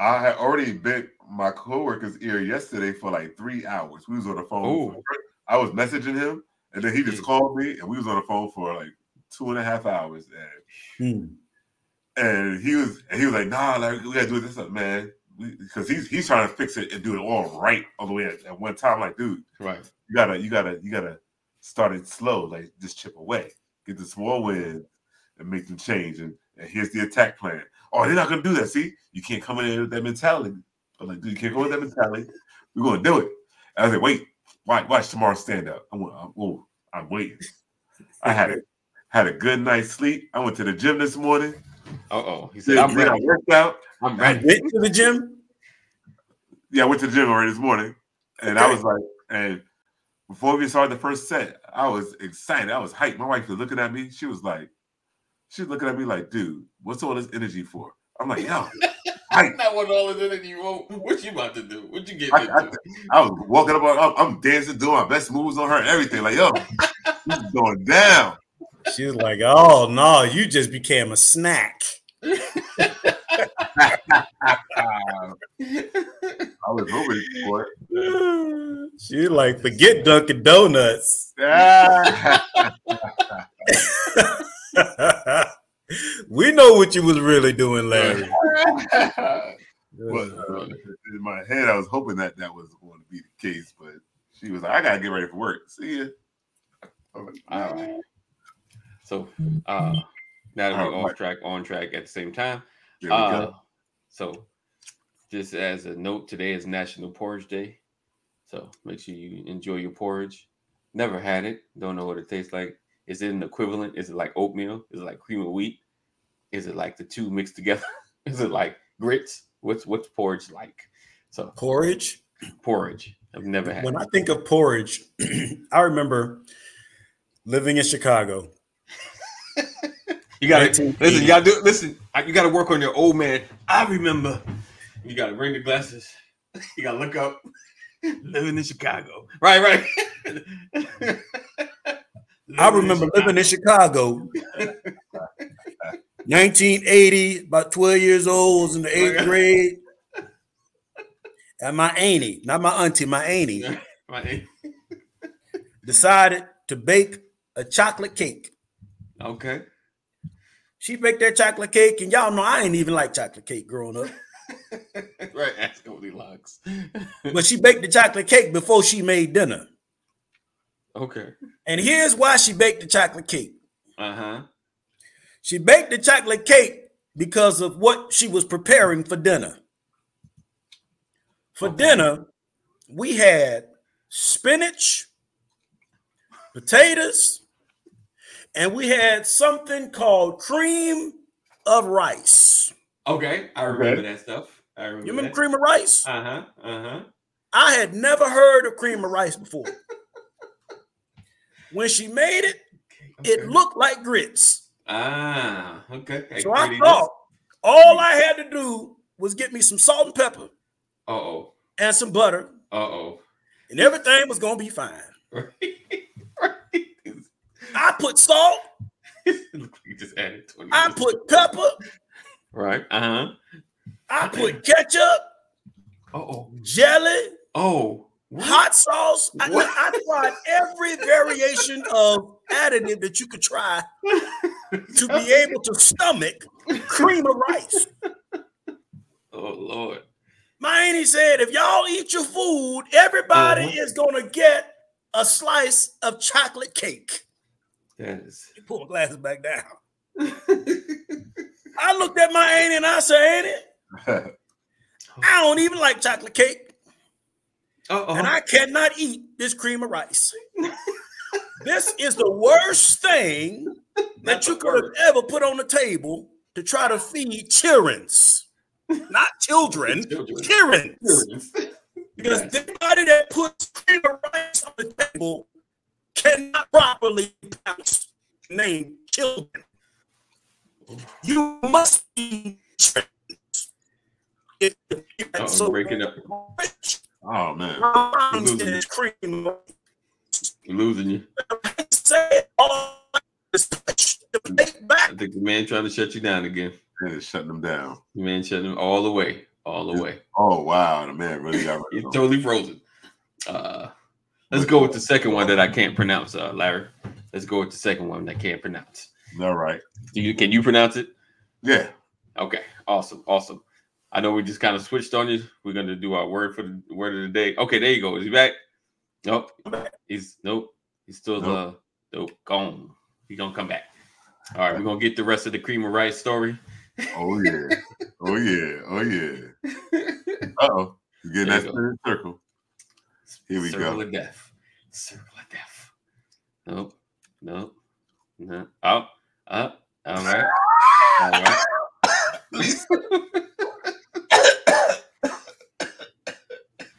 Speaker 2: I had already bit my coworker's ear yesterday for like three hours. We was on the phone.
Speaker 1: Ooh.
Speaker 2: I was messaging him, and then he just
Speaker 1: Mm.
Speaker 2: called me, and we was on the phone for like two and a half hours. And,
Speaker 3: Hmm.
Speaker 2: and he was, and he was like, "Nah, like we gotta do this, up, man," because he's he's trying to fix it and do it all right all the way at, at one time. Like, dude,
Speaker 1: Right.
Speaker 2: you gotta you gotta you gotta start it slow like just chip away get the small win and make them change and, and here's the attack plan oh they're not gonna do that see you can't come in there with that mentality i'm like dude you can't go with that mentality we're gonna do it and i was like wait watch, watch tomorrow stand up i'm, I'm, oh, I'm waiting i had a, had a good night's sleep i went to the gym this morning
Speaker 1: Uh oh. He said,
Speaker 2: then
Speaker 1: I'm
Speaker 2: then i
Speaker 1: ready.
Speaker 2: worked out
Speaker 1: I'm
Speaker 3: I
Speaker 1: ready.
Speaker 3: went to the gym.
Speaker 2: Yeah, I went to the gym already this morning, and I
Speaker 3: Okay.
Speaker 2: was like, and before we started the first set, I was excited. I was hyped. My wife was looking at me. She was like, she was looking at me like, dude, what's all this energy for? I'm like, yo, hype.
Speaker 1: Not what all of that you want. What you about to do? What you getting
Speaker 2: I- I-
Speaker 1: into?
Speaker 2: I was walking up, I'm, I'm dancing, doing my best moves on her, and everything. Like, yo, this is going down.
Speaker 3: She was like, "Oh no, you just became a snack."
Speaker 2: I was hoping for it.
Speaker 3: she was like, "Forget Dunkin' Donuts."
Speaker 2: Ah.
Speaker 3: We know what you was really doing, Larry.
Speaker 2: But, uh, in my head, I was hoping that that was going to be the case, but she was like, "I gotta get ready for work. See ya." I was like,
Speaker 1: All right. So uh now that we're
Speaker 2: All
Speaker 1: off
Speaker 2: right.
Speaker 1: track, on track at the same time.
Speaker 2: There we
Speaker 1: Uh,
Speaker 2: go.
Speaker 1: so just as a note, today is National Porridge Day. So make sure you enjoy your porridge. Never had it, don't know what it tastes like. Is it an equivalent? Is it like oatmeal? Is it like cream of wheat? Is it like the two mixed together? is it like grits? What's what's porridge like? So
Speaker 3: Porridge.
Speaker 1: porridge. I've never had
Speaker 3: When
Speaker 1: it.
Speaker 3: I think of porridge, I remember living in Chicago.
Speaker 1: You gotta
Speaker 3: 1980.
Speaker 1: listen. You gotta do listen. I- You gotta work on your old man. I remember. You gotta bring the glasses. You gotta look up. Living in Chicago. Right, right.
Speaker 3: I remember living in Chicago. 1980, about 12 years old, was in the eighth grade. And my auntie, not my auntie, my auntie,
Speaker 1: Right.
Speaker 3: decided to bake a chocolate cake.
Speaker 1: Okay.
Speaker 3: She baked that chocolate cake, and y'all know I ain't even like chocolate cake growing up.
Speaker 1: Right. Ask Goldilocks.
Speaker 3: But she baked the chocolate cake before she made dinner.
Speaker 1: Okay.
Speaker 3: And here's why she baked the chocolate cake.
Speaker 1: Uh huh.
Speaker 3: She baked the chocolate cake because of what she was preparing for dinner. For
Speaker 1: Okay.
Speaker 3: dinner, we had spinach, potatoes, and we had something called cream of rice.
Speaker 1: Okay. I remember that stuff. I remember.
Speaker 3: You remember
Speaker 1: that.
Speaker 3: cream of rice?
Speaker 1: Uh huh. Uh huh.
Speaker 3: I had never heard of cream of rice before. when she made it, it looked like grits.
Speaker 1: Ah. Okay.
Speaker 3: So I thought all I had to do was get me some salt and pepper
Speaker 1: Uh oh.
Speaker 3: and some butter,
Speaker 1: Uh oh.
Speaker 3: and everything was gonna be fine.
Speaker 1: Right. Right.
Speaker 3: I put salt,
Speaker 1: It looked like you just added 20
Speaker 3: I
Speaker 1: minutes.
Speaker 3: put pepper,
Speaker 1: right. Uh-huh.
Speaker 3: I put ketchup,
Speaker 1: Oh.
Speaker 3: jelly,
Speaker 1: Oh. what?
Speaker 3: hot sauce. I,
Speaker 1: What?
Speaker 3: I tried every variation of additive that you could try to be able to stomach cream of rice.
Speaker 1: Oh Lord.
Speaker 3: My auntie said, if y'all eat your food, everybody
Speaker 1: Uh-huh.
Speaker 3: is gonna get a slice of chocolate cake.
Speaker 1: That is
Speaker 3: Pull my glasses back down. I looked at my auntie and I said, Auntie,
Speaker 1: Uh,
Speaker 3: I don't even like chocolate cake,
Speaker 1: oh,
Speaker 3: and I cannot eat this cream of rice. this is the worst thing that you could have ever put on the table to try to feed childrens, not children,
Speaker 1: Children.
Speaker 3: childrens. Because
Speaker 1: Yes.
Speaker 3: anybody that puts cream of rice on the table cannot properly pronounce the name children. You must be children. If you
Speaker 1: Uh-oh,
Speaker 3: had so
Speaker 1: breaking up.
Speaker 3: rich
Speaker 2: oh man,
Speaker 3: rhymes
Speaker 1: Losing
Speaker 3: in
Speaker 1: it.
Speaker 3: this cream, of
Speaker 1: We're losing you.
Speaker 3: rice. I say it all is the bait
Speaker 1: I
Speaker 3: back.
Speaker 1: think the man trying to shut you down again.
Speaker 2: man is shutting them down.
Speaker 1: The man shutting him all the way. All the way.
Speaker 2: Oh wow, the man really got.
Speaker 1: He's totally frozen. Uh let's go with the second one that I can't pronounce, uh Larry. Let's go with the second one that I can't pronounce.
Speaker 2: All right,
Speaker 1: Do you can you pronounce it?
Speaker 2: yeah.
Speaker 1: Okay, awesome, awesome. I know we just kind of switched on you. We're gonna do our word for the word of the day. Okay, there you go. Is he back? Nope. He's nope. He's still
Speaker 2: Nope.
Speaker 1: uh nope gone. He's gonna come back. All right, we're gonna get the rest of the cream of rice story.
Speaker 2: Oh yeah. Oh yeah. Oh yeah. Uh oh. You getting
Speaker 1: There
Speaker 2: that
Speaker 1: you go.
Speaker 2: spinning circle? Here we
Speaker 1: Circle
Speaker 2: go.
Speaker 1: of death. Circle of death. Nope. Nope. No. Up. Up. All right. All right.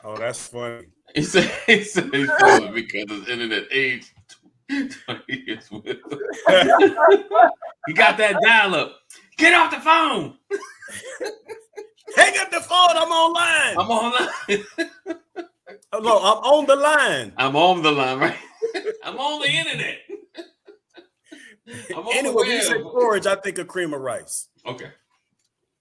Speaker 3: Oh, that's funny.
Speaker 1: He said, he said he's falling because his internet age 20 years with him. You got that dial up. Get off the phone.
Speaker 3: Hang up the phone. I'm online.
Speaker 1: I'm on line.
Speaker 3: Hello, I'm on the line.
Speaker 1: I'm on the line, right? I'm on the internet. I'm on
Speaker 3: Anyway,
Speaker 1: the
Speaker 3: when you say
Speaker 1: web.
Speaker 3: porridge, I think of cream of rice.
Speaker 1: Okay.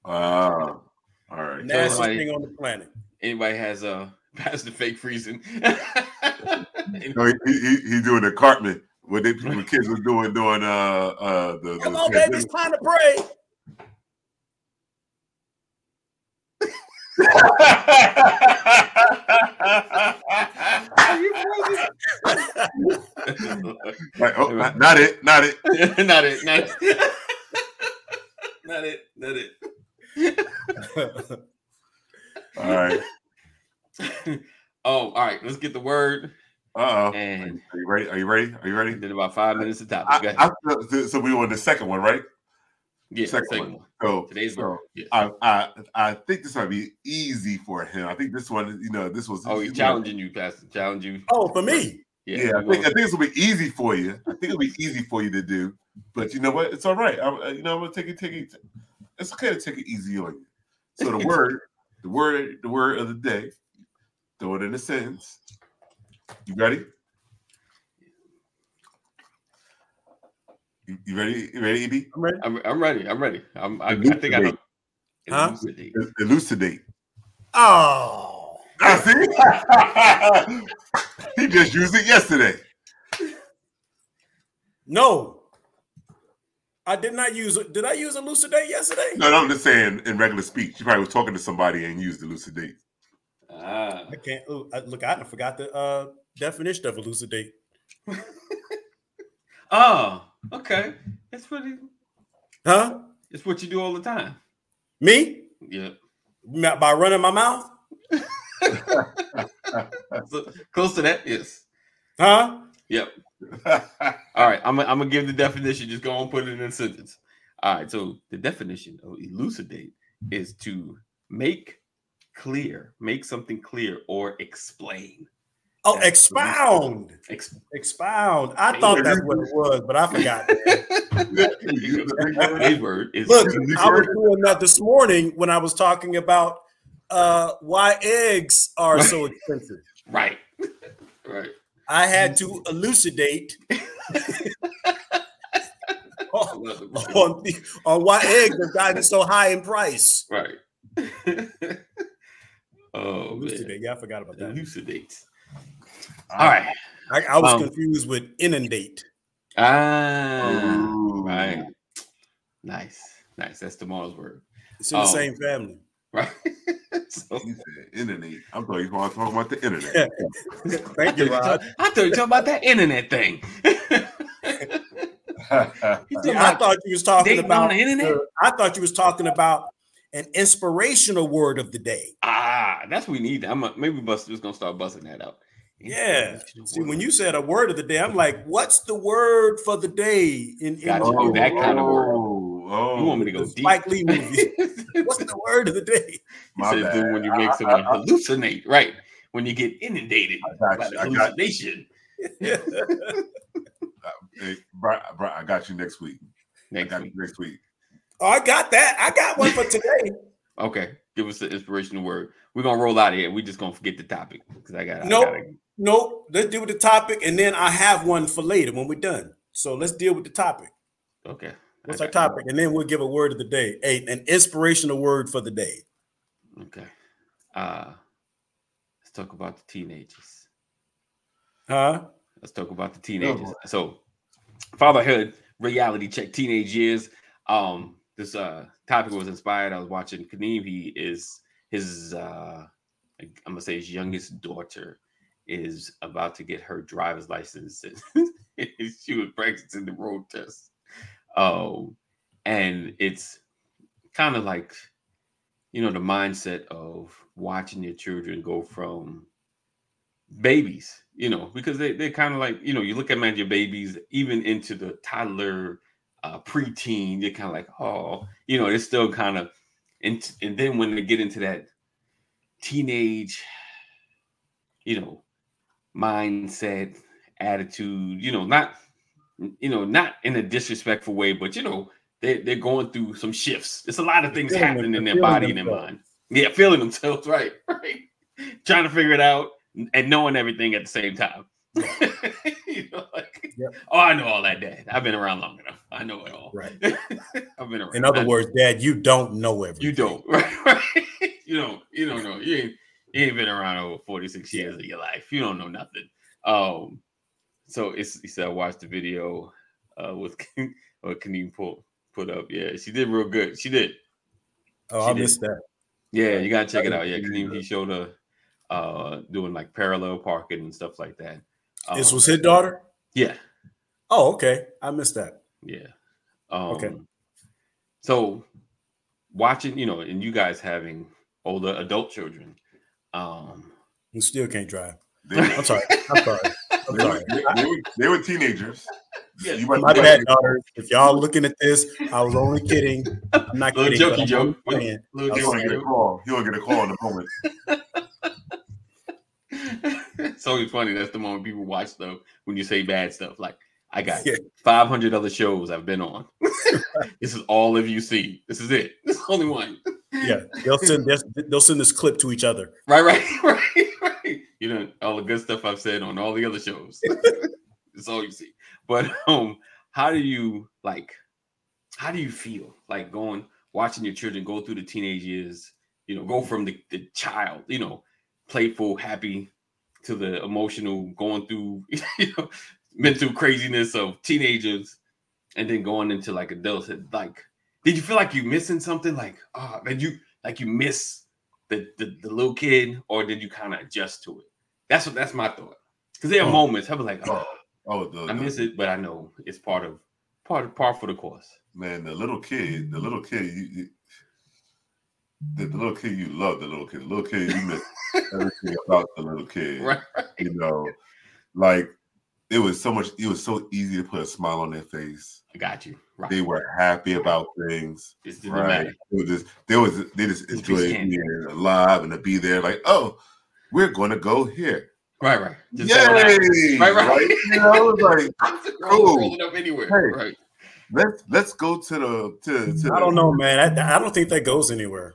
Speaker 2: Wow. Ah, All right.
Speaker 3: Nastiest
Speaker 1: like-
Speaker 3: thing on the planet.
Speaker 1: Anybody has uh past the fake freezing? Any-
Speaker 2: No, he, he, he doing the Cartman. What they people kids was doing during uh uh the, the
Speaker 3: Hello, baby.
Speaker 2: pandemic.
Speaker 3: It's time to pray.
Speaker 1: Are you crazy?
Speaker 2: Like, oh, not, not it, not it.
Speaker 1: not it. Not it. not it. Not it.
Speaker 2: All right.
Speaker 1: Oh, all right. Let's get the word.
Speaker 2: Uh oh.
Speaker 1: And
Speaker 2: Are you ready? Are you ready? Are you
Speaker 1: we
Speaker 2: ready?
Speaker 1: did about five minutes of topics. Go
Speaker 2: I,
Speaker 1: ahead.
Speaker 2: I, feel- so we were in the second one, right?
Speaker 1: yeah,
Speaker 2: second
Speaker 1: second,
Speaker 2: one.
Speaker 1: one.
Speaker 2: So
Speaker 1: Today's
Speaker 2: so
Speaker 1: word. Yes.
Speaker 2: I, I I think this might be easy for him. I think this one, you know, this was
Speaker 1: oh, he's
Speaker 2: you know,
Speaker 1: challenging you, Pastor. Challenge you.
Speaker 3: Oh, for me.
Speaker 1: Yeah.
Speaker 2: Yeah, I
Speaker 1: we
Speaker 2: think, I
Speaker 1: gonna-
Speaker 2: think this will be easy for you. I think it'll be easy for you to do. But you know what? It's all right. I, I- you know, I'm gonna take it. Take it. It's okay to take it easy on you. So the word, the word, the word of the day. Throw it in a sentence. You ready? You, you ready? You ready, E Eb?
Speaker 3: I'm ready.
Speaker 1: I'm, I'm ready. I'm ready. I'm, I, I think I know.
Speaker 3: Huh?
Speaker 1: Elucidate.
Speaker 2: El- Elucidate.
Speaker 3: Oh.
Speaker 2: I Ah, see. he just used it yesterday.
Speaker 3: No. I did not use it. Did I use elucidate yesterday?
Speaker 2: No, no, I'm just saying in regular speech. You probably was talking to somebody and used elucidate.
Speaker 1: Ah.
Speaker 3: I can't. Ooh, I, look, I done forgot the uh, definition of elucidate.
Speaker 1: Oh, okay. That's what it,
Speaker 3: Huh?
Speaker 1: it's what you do all the time.
Speaker 3: Me?
Speaker 1: Yeah.
Speaker 3: Ma- By running my mouth?
Speaker 1: So, close to that, yes.
Speaker 3: Huh?
Speaker 1: All right, I'm gonna- I'm gonna give the definition. Just go and put it in a sentence. All right, so the definition of elucidate is to make clear, make something clear, or explain.
Speaker 3: Oh,
Speaker 1: That's
Speaker 3: expound.
Speaker 1: Ex-
Speaker 3: Expound. I thought that's what it was, but I forgot.
Speaker 1: Today's word is
Speaker 3: Look,
Speaker 2: You
Speaker 3: I
Speaker 2: heard
Speaker 3: was doing that this morning when I was talking about uh, why eggs are so expensive.
Speaker 1: right, right.
Speaker 3: I had to
Speaker 1: Mm-hmm.
Speaker 3: elucidate
Speaker 1: I
Speaker 3: on,
Speaker 1: love the word.
Speaker 3: on, the, on why eggs have gotten so high in price.
Speaker 1: Right. oh man,
Speaker 3: Elucidate. Yeah, I forgot about that.
Speaker 1: elucidate. All right.
Speaker 3: I, I was
Speaker 1: Um,
Speaker 3: confused with inundate.
Speaker 1: Ah,
Speaker 2: Ooh.
Speaker 1: right. Nice, nice. That's tomorrow's word,
Speaker 3: It's in the
Speaker 1: Oh.
Speaker 3: same family.
Speaker 1: right? so,
Speaker 2: He said internet. I'm sorry, you want to talk about the internet.
Speaker 3: Thank you,
Speaker 1: I
Speaker 3: Rod.
Speaker 1: thought you talking about that internet thing. He talking
Speaker 3: Yeah, I
Speaker 1: about
Speaker 3: thought you was talking
Speaker 1: dating on
Speaker 3: about.
Speaker 1: the internet.
Speaker 3: the- Uh, I thought you was talking about an inspirational word of the day.
Speaker 1: Ah, that's what we need. I'm a, maybe bust just gonna start busting that out.
Speaker 3: Yeah. See, when you said a word of the day, I'm like, what's the word for the day in, in
Speaker 1: Gotcha. Oh, that kind of word.
Speaker 2: Oh, oh,
Speaker 1: you want me to go
Speaker 3: the
Speaker 1: deep?
Speaker 3: Spike Lee
Speaker 1: he
Speaker 3: movie? what's the word of the day?
Speaker 2: my
Speaker 1: says
Speaker 2: bad.
Speaker 1: then when you make someone hallucinate, right? When you get inundated
Speaker 2: I
Speaker 1: by
Speaker 2: got
Speaker 1: the
Speaker 2: you. I got,
Speaker 1: hallucination.
Speaker 2: hey, Bri- Bri- I got you next week. I
Speaker 1: Next
Speaker 2: got
Speaker 1: week.
Speaker 2: you next week.
Speaker 3: Oh, I got that. I got one for today.
Speaker 1: Okay, give us the inspirational word. We're gonna roll out of here. We're just gonna forget the topic because I got.
Speaker 3: Nope.
Speaker 1: I gotta,
Speaker 3: nope. Let's deal with the topic, and then I have one for later when we're done. So let's deal with the topic.
Speaker 1: okay. I
Speaker 3: What's our
Speaker 1: got-
Speaker 3: topic? And then we'll give a word of the day, a, an inspirational word for the day.
Speaker 1: Okay. Uh, let's talk about the teenagers.
Speaker 3: Huh?
Speaker 1: Let's talk about the teenagers.
Speaker 2: boy.
Speaker 1: so, fatherhood reality check teenage years. Um, this uh topic was inspired. I was watching Kaneem. He is his uh, I'm gonna say his youngest daughter is about to get her driver's license. And she was practicing the road test. Um, and it's kind of like you know the mindset of watching your children go from babies, you know, because they, they're kind of like, you know, you look at man, your babies, even into the toddler, uh, preteen, you're kind of like, oh, you know, they're still kind of, and, and then when they get into that teenage, you know, mindset, attitude, you know, not, you know, not in a disrespectful way, but you know, they, they're going through some shifts. There's a lot of things
Speaker 3: Feeling
Speaker 1: happening
Speaker 3: them-
Speaker 1: in their
Speaker 3: feeling
Speaker 1: body and their
Speaker 3: themselves.
Speaker 1: mind. Yeah, feeling themselves, right, right. Trying to figure it out and knowing everything at the same time. you know, like,
Speaker 3: Yep.
Speaker 1: oh, I know all that, Dad. I've been around long enough. I know it all.
Speaker 3: Right.
Speaker 1: I've been around.
Speaker 3: In other
Speaker 1: I-
Speaker 3: words, Dad, you don't know everything.
Speaker 1: you don't, right? right? you don't, you don't know. You ain't, you ain't been around over 46 years of your life. You don't know nothing. Um, so it's he said I watched the video uh with what Kaneem put put up. Yeah, she did real good. She did.
Speaker 3: Oh, I
Speaker 1: She did.
Speaker 3: missed that.
Speaker 1: Yeah, you gotta check it out. Yeah, Kadeem, he showed a uh, doing like parallel parking and stuff like that. Um,
Speaker 3: this was his daughter.
Speaker 1: yeah,
Speaker 3: Oh, okay. I missed that.
Speaker 1: yeah. Um,
Speaker 3: Okay.
Speaker 1: So watching, you know, and you guys having older adult children, um,
Speaker 3: You still can't drive.
Speaker 2: They, were-
Speaker 3: I'm sorry. I'm sorry. I'm
Speaker 2: they, were,
Speaker 3: sorry.
Speaker 2: they, were, they were teenagers.
Speaker 1: yeah,
Speaker 2: You might-
Speaker 3: My bad, daughter. If y'all looking at this, I was only kidding. I'm not
Speaker 1: Little
Speaker 3: kidding.
Speaker 1: jokey
Speaker 3: but I'm
Speaker 1: joke.
Speaker 3: playing.
Speaker 1: little
Speaker 2: He
Speaker 3: I'm
Speaker 1: joke.
Speaker 2: won't get a call. He won't get a call in a moment.
Speaker 1: it's always funny. That's the moment people watch stuff when you say bad stuff. Like I got
Speaker 3: Yeah.
Speaker 1: 500 other shows I've been on. this is all of you see. This is it. This is the only one.
Speaker 3: Yeah, they'll send this, they'll send this clip to each other.
Speaker 1: Right, right, right, right. You know all the good stuff I've said on all the other shows. it's all you see. But um, how do you like? How do you feel like going watching your children go through the teenage years? You know, go from the, the child, you know, playful, happy, to the emotional, going through you know, mental craziness of teenagers, and then going into like adulthood. Like, did you feel like you missing something? Like, ah, did you like you miss the, the, the little kid, or did you kind of adjust to it? That's what that's my thought. Because there are
Speaker 3: Oh.
Speaker 1: moments I'll be like, oh,
Speaker 2: Oh, the,
Speaker 1: I miss it, but I know it's part of part of par for the course.
Speaker 2: man, the little kid, the little kid, you, you the, the little kid, you love the little kid, the little kid, you miss everything about the little kid,
Speaker 1: Right.
Speaker 2: you know, like it was so much, it was so easy to put a smile on their face.
Speaker 1: I got you. Right.
Speaker 2: They were happy about things,
Speaker 1: it's didn't
Speaker 2: right?
Speaker 1: matter.
Speaker 2: It was just, they was, they just
Speaker 1: Little piece of
Speaker 2: enjoyed
Speaker 1: candy.
Speaker 2: being alive and to be there, like, oh, we're going to go here,
Speaker 1: Right, right. Just
Speaker 2: yay,
Speaker 1: going out. Right, right.
Speaker 2: Like, you know, it was like
Speaker 1: Roll- roll it up anywhere.
Speaker 2: Hey.
Speaker 1: Right.
Speaker 2: let's let's go to the to, to
Speaker 3: I
Speaker 2: the-
Speaker 3: don't know, man. I, I don't think that goes anywhere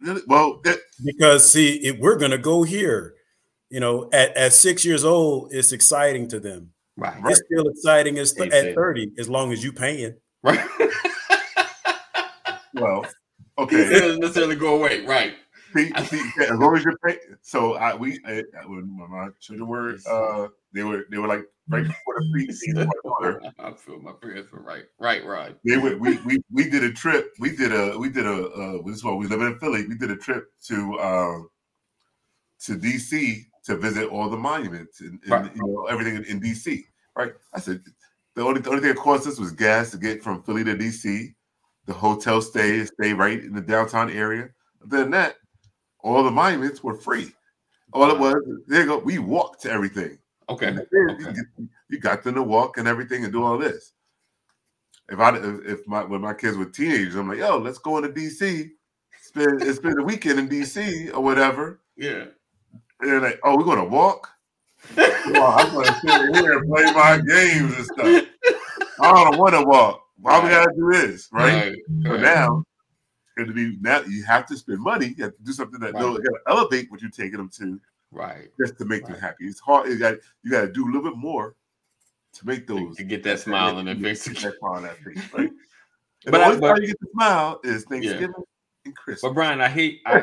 Speaker 2: Really? Well, that,
Speaker 3: because see, if we're gonna go here. You know, at, at six years old, it's exciting to them.
Speaker 1: Right.
Speaker 3: It's still exciting as
Speaker 1: They
Speaker 3: at
Speaker 1: said-
Speaker 3: thirty, as long as you paying.
Speaker 1: Right.
Speaker 2: well,
Speaker 1: it
Speaker 2: okay.
Speaker 1: doesn't necessarily go away. Right.
Speaker 2: See, see, yeah, as long as you're paying. So I we I, I- when my- my children were uh they were they were like right before the pre my daughter.
Speaker 1: I feel my prayers were right. Right, right.
Speaker 2: They were we, we we did a trip. We did a we did a uh this is why we live in Philly. We did a trip to um to DC to visit all the monuments and, and,
Speaker 1: Right.
Speaker 2: you know everything in, in DC. Right. I said the only the only thing that cost us was gas to get from Philly to DC, the hotel stay stay right in the downtown area. Other than that, all the monuments were free. All it was, there you go. We walked to everything.
Speaker 1: Okay.
Speaker 2: You, get- you got them to walk and everything and do all this. If I if if my when my kids were teenagers, I'm like, yo, let's go into DC, spend it's been a weekend in DC or whatever.
Speaker 1: Yeah.
Speaker 2: And they're like, oh, we're gonna walk. Well, I'm gonna sit here and play my games and stuff. I don't want to walk. Why we gotta do this, right? So
Speaker 1: right.
Speaker 2: now, it'll be now you have to spend money. You have to do something that
Speaker 1: Right.
Speaker 2: they'll gotta elevate what you're taking them to
Speaker 1: right.
Speaker 2: just to make them
Speaker 1: Right.
Speaker 2: happy. It's hard. You got you got to do a little bit more to make those
Speaker 1: To get that smile on their face.
Speaker 2: Get that smile on that face, right? And the
Speaker 1: But I-
Speaker 2: only
Speaker 1: but-
Speaker 2: time you get to smile is Thanksgiving and Christmas.
Speaker 1: But Brian, I hate I,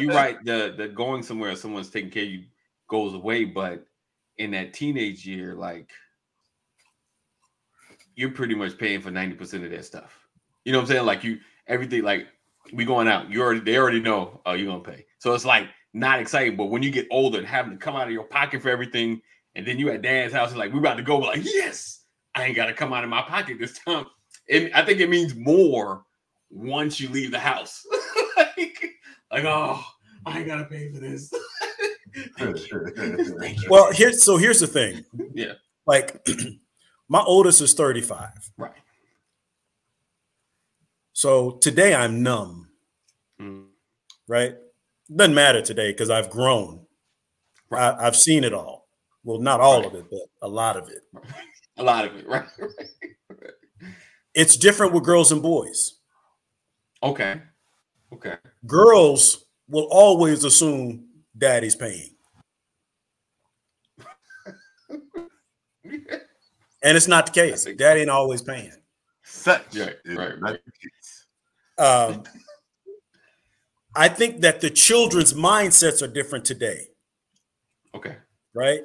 Speaker 1: you're right. The the going somewhere, someone's taking care of you goes away, but in that teenage year, like you're pretty much paying for 90% of their stuff. You know what I'm saying? Like you everything, like we going out. You already they already know oh you're gonna pay. So it's like not exciting, but when you get older and having to come out of your pocket for everything, and then you at dad's house, it's like we about to go, we're like, yes, I ain't gotta come out of my pocket this time. And I think it means more once you leave the house. like, like, oh, I ain't gotta pay for this. Thank you. Thank you.
Speaker 3: Well, here's so here's the thing.
Speaker 1: Yeah.
Speaker 3: Like, my oldest is thirty five.
Speaker 1: right.
Speaker 3: So today I'm numb.
Speaker 1: Mm,
Speaker 3: right? Doesn't matter today because I've grown.
Speaker 1: Right.
Speaker 3: I, I've seen it all. Well, not all of
Speaker 1: Right.
Speaker 3: it, but a lot of it.
Speaker 1: right. A lot of it, right?
Speaker 3: It's different with girls and boys.
Speaker 1: okay. Okay.
Speaker 3: Girls will always assume daddy's paying, and it's not the case.
Speaker 1: think-
Speaker 3: Daddy ain't always paying.
Speaker 2: Such
Speaker 1: Yeah,
Speaker 2: is
Speaker 1: right,
Speaker 2: not
Speaker 1: right.
Speaker 2: the case.
Speaker 3: Um, I think that the children's mindsets are different today,
Speaker 1: Okay.
Speaker 3: right?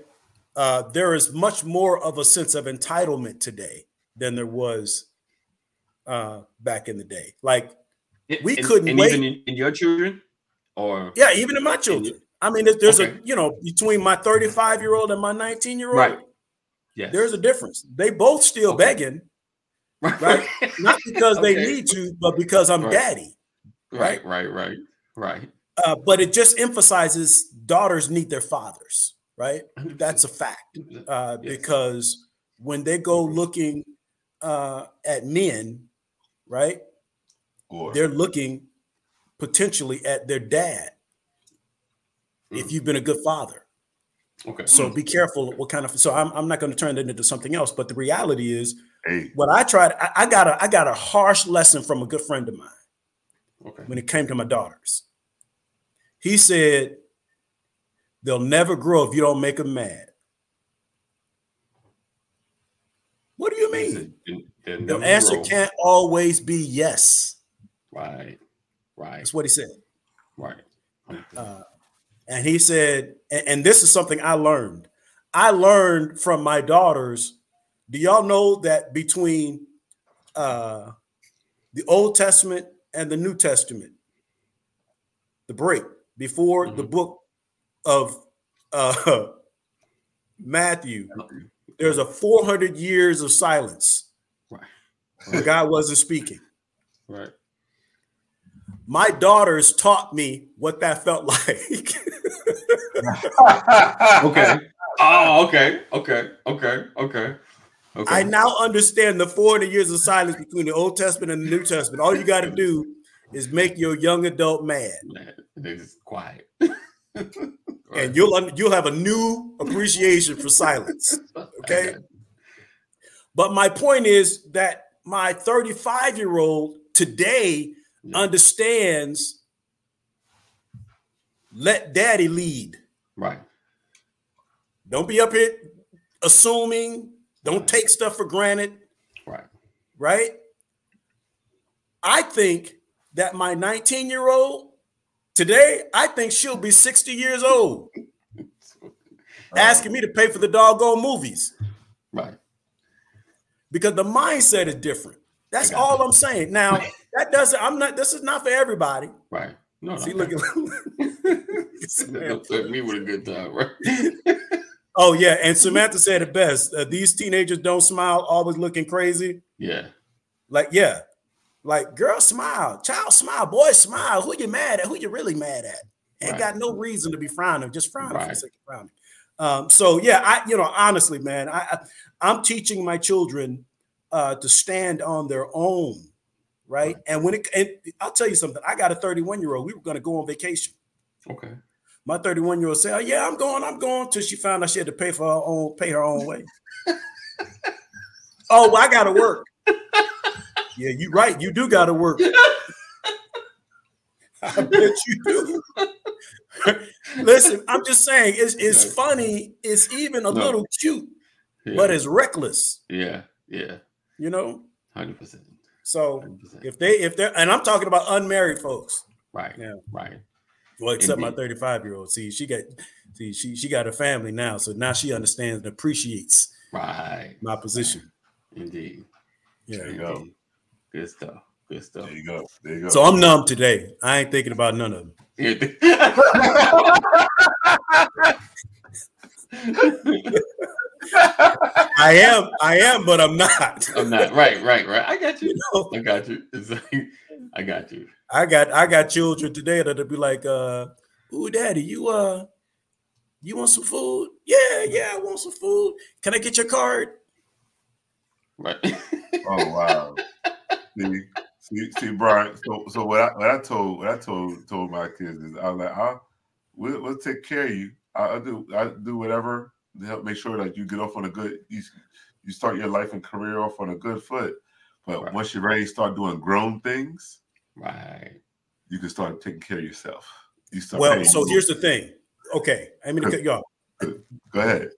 Speaker 3: Uh, there is much more of a sense of entitlement today than there was uh, back in the day. Like
Speaker 1: Yeah,
Speaker 3: We
Speaker 1: and-
Speaker 3: couldn't
Speaker 1: and
Speaker 3: wait.
Speaker 1: even in, in your children. Or
Speaker 3: Yeah, even in my children. I mean, there- there's
Speaker 1: Okay.
Speaker 3: a you know between my 35 year old and my 19 year old.
Speaker 1: Right. Yes.
Speaker 3: There's a difference. They both still
Speaker 1: Okay.
Speaker 3: begging, right. not because they
Speaker 1: Okay.
Speaker 3: need to, but because I'm
Speaker 1: Right.
Speaker 3: daddy.
Speaker 1: right, right, right, right.
Speaker 3: Uh, but it just emphasizes daughters need their fathers, right? That's a fact. uh,
Speaker 1: Yes.
Speaker 3: because when they go looking uh, at men, right,
Speaker 2: Or
Speaker 3: they're looking potentially at their dad if
Speaker 1: Mm.
Speaker 3: you've been a good father.
Speaker 1: okay.
Speaker 3: So be careful what kind of. So I'm, I'm not going to turn it into something else. But the reality is,
Speaker 2: hey,
Speaker 3: what I tried, I, I got a I got a harsh lesson from a good friend of mine
Speaker 1: okay.
Speaker 3: when it came to my daughters. He said, "They'll never grow if you don't make them mad." What do you mean? The answer can't always be yes.
Speaker 1: Right, right,
Speaker 3: That's what he said.
Speaker 1: right.
Speaker 3: Uh, and he said, and, and this is something I learned. I learned from my daughters. Do y'all know that between uh, the Old Testament and the New Testament, the break before the book of uh, Matthew, there's a 400 years of silence
Speaker 1: Right.
Speaker 3: where God wasn't speaking.
Speaker 1: Right.
Speaker 3: my daughters taught me what that felt like.
Speaker 1: Okay. oh, okay. Okay. Okay. Okay. Okay.
Speaker 3: Ah. I now understand the 400 years of silence between the Old Testament and the New Testament. All you got to do is make your young adult mad,
Speaker 1: Man, They're just quiet.
Speaker 3: and you'll un- you'll have a new appreciation for silence. okay. But my point is that my 35 year old today
Speaker 1: Yeah.
Speaker 3: understands let daddy lead.
Speaker 1: Right.
Speaker 3: Don't be up here assuming. Don't take stuff for granted.
Speaker 1: Right.
Speaker 3: right? I think that my 19 year old today, I think she'll be 60 years old asking me to pay for the doggone movies
Speaker 1: Right.
Speaker 3: because the mindset is different. That's
Speaker 1: I got
Speaker 3: all I'm saying. Now, that doesn't, I'm not, this is not for everybody.
Speaker 1: Right. No. no,
Speaker 3: See,
Speaker 1: no.
Speaker 3: look at
Speaker 1: Don't put me with a good time, right?
Speaker 3: Oh, yeah. And Samantha said it best uh, these teenagers don't smile, always looking crazy.
Speaker 1: yeah.
Speaker 3: Like, yeah. Like, girl, smile. Child, smile. Boy, smile. Who you mad at? Who you really mad at? Ain't
Speaker 1: Right.
Speaker 3: got no reason to be frowning. Just frowning for the
Speaker 1: Right.
Speaker 3: sake of frowning. Um, so yeah, I you know honestly, man, I, I I'm teaching my children uh, to stand on their own, right? And when it and I'll tell you something, I got a 31 year old. We were going to go on vacation.
Speaker 1: Okay.
Speaker 3: My 31 year old said, "Oh yeah, I'm going, I'm going," till she found out she had to pay for her own, pay her own way. oh, well, I got to work. yeah, you right. You do got to work. I bet you do. Listen, I'm just saying, it's, it's
Speaker 1: No.
Speaker 3: funny. It's even
Speaker 1: No.
Speaker 3: a little cute,
Speaker 1: Yeah.
Speaker 3: but it's reckless.
Speaker 1: yeah. Yeah.
Speaker 3: You know.
Speaker 1: Hundred percent.
Speaker 3: So
Speaker 1: Hundred percent.
Speaker 3: if they if they're and I'm talking about unmarried folks.
Speaker 1: Right.
Speaker 3: Yeah.
Speaker 1: Right.
Speaker 3: Well, except my
Speaker 1: Indeed.
Speaker 3: 35 year old. See, she got see she she got a family now, so now she understands and appreciates
Speaker 1: Right.
Speaker 3: my position.
Speaker 1: Indeed.
Speaker 3: Yeah.
Speaker 2: you go.
Speaker 1: Indeed. Good stuff. Good stuff.
Speaker 2: there you go, there you go.
Speaker 3: So I'm numb today. I ain't thinking about none of them. I am, I am, but I'm not.
Speaker 1: I'm not right, right, right. I got you.
Speaker 3: You know,
Speaker 1: I got you. It's like, I got you.
Speaker 3: I got I got children today that'll be like, uh, ooh, daddy, you uh you want some food? Yeah, yeah, I want some food. Can I get your card?
Speaker 1: Right.
Speaker 2: Oh wow. see, see, see, Brian. So, so what I what I told what I told told my kids is I was like, I'll we'll, we'll take care of you. I, will do I will do whatever to help make sure that you get off on a good you you start your life and career off on a good foot. But
Speaker 1: Right.
Speaker 2: once you're ready to start doing grown things,
Speaker 1: Right.
Speaker 2: you can start taking care of yourself. You start
Speaker 3: Well,
Speaker 2: paying
Speaker 3: so
Speaker 2: your-
Speaker 3: here's the thing. Okay, I mean to cut you off.
Speaker 2: go ahead.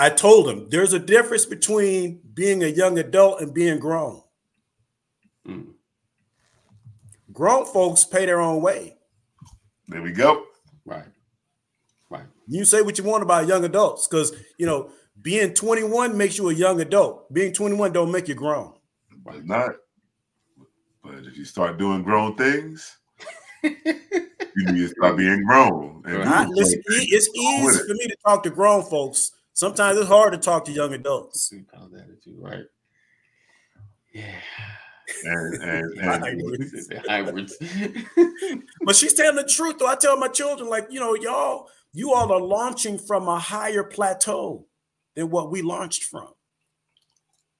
Speaker 3: I told him there's a difference between being a young adult and being grown.
Speaker 1: Mm.
Speaker 3: Grown folks pay their own way.
Speaker 2: There we go.
Speaker 1: Right.
Speaker 3: You say what you want about young adults, because you know being 21 makes you a young adult. Being 21 don't make you grown.
Speaker 2: But not. But if you start doing grown things, you need to stop being grown. And
Speaker 1: Right.
Speaker 2: you
Speaker 3: I,
Speaker 2: can
Speaker 3: listen,
Speaker 2: play-
Speaker 3: it- it's easy for me to talk to grown folks. Sometimes it's hard to talk to young adults.
Speaker 1: Two pound attitude, right? Yeah.
Speaker 2: and, and, and,
Speaker 3: Hybrids.
Speaker 1: Hybrids.
Speaker 3: But she's telling the truth, though. I tell my children, like, you know, y'all, you all are launching from a higher plateau than what we launched from.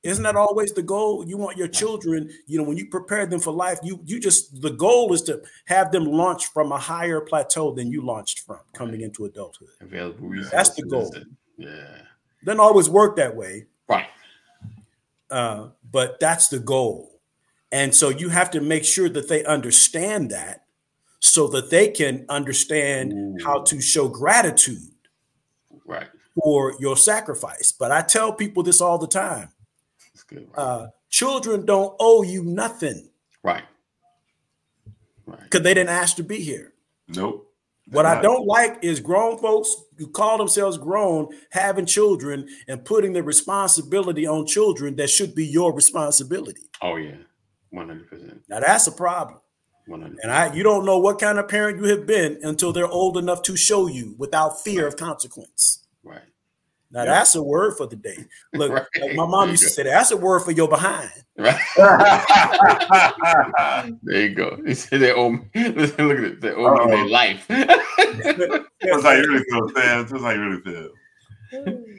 Speaker 3: Isn't that always the goal? You want your children, you know, when you prepare them for life, you you just the goal is to have them launch from a higher plateau than you launched from coming into adulthood.
Speaker 1: Available resources.
Speaker 3: That's the goal.
Speaker 1: Yeah.
Speaker 3: Doesn't always work that way.
Speaker 1: Right.
Speaker 3: uh, but that's the goal. And so you have to make sure that they understand that so that they can understand
Speaker 1: Ooh.
Speaker 3: how to show gratitude
Speaker 1: Right.
Speaker 3: for your sacrifice. But I tell people this all the time
Speaker 1: That's good. Right.
Speaker 3: uh, children don't owe you nothing
Speaker 1: right. Right.
Speaker 3: because they didn't ask to be here.
Speaker 2: nope.
Speaker 3: What I
Speaker 2: Right.
Speaker 3: don't like is grown folks who call themselves grown having children and putting the responsibility on children that should be your responsibility.
Speaker 1: Oh yeah. One hundred percent.
Speaker 3: Now, that's a problem.
Speaker 1: One hundred.
Speaker 3: And I, you don't know what kind of parent you have been until they're old enough to show you without fear of consequence.
Speaker 1: Right.
Speaker 3: Now
Speaker 2: Yeah.
Speaker 3: that's a word for the day. Look,
Speaker 1: Right.
Speaker 3: like my
Speaker 1: There
Speaker 3: mom
Speaker 1: you
Speaker 3: used to
Speaker 1: go.
Speaker 3: say that. that's a word for your behind.
Speaker 1: Right.
Speaker 2: That's
Speaker 1: There you go. They say they owe me. Listen, look at it. They owe me
Speaker 3: Oh.
Speaker 1: their
Speaker 2: Uh-oh.
Speaker 1: life.
Speaker 2: how you really feel, Sam. That's how you really feel.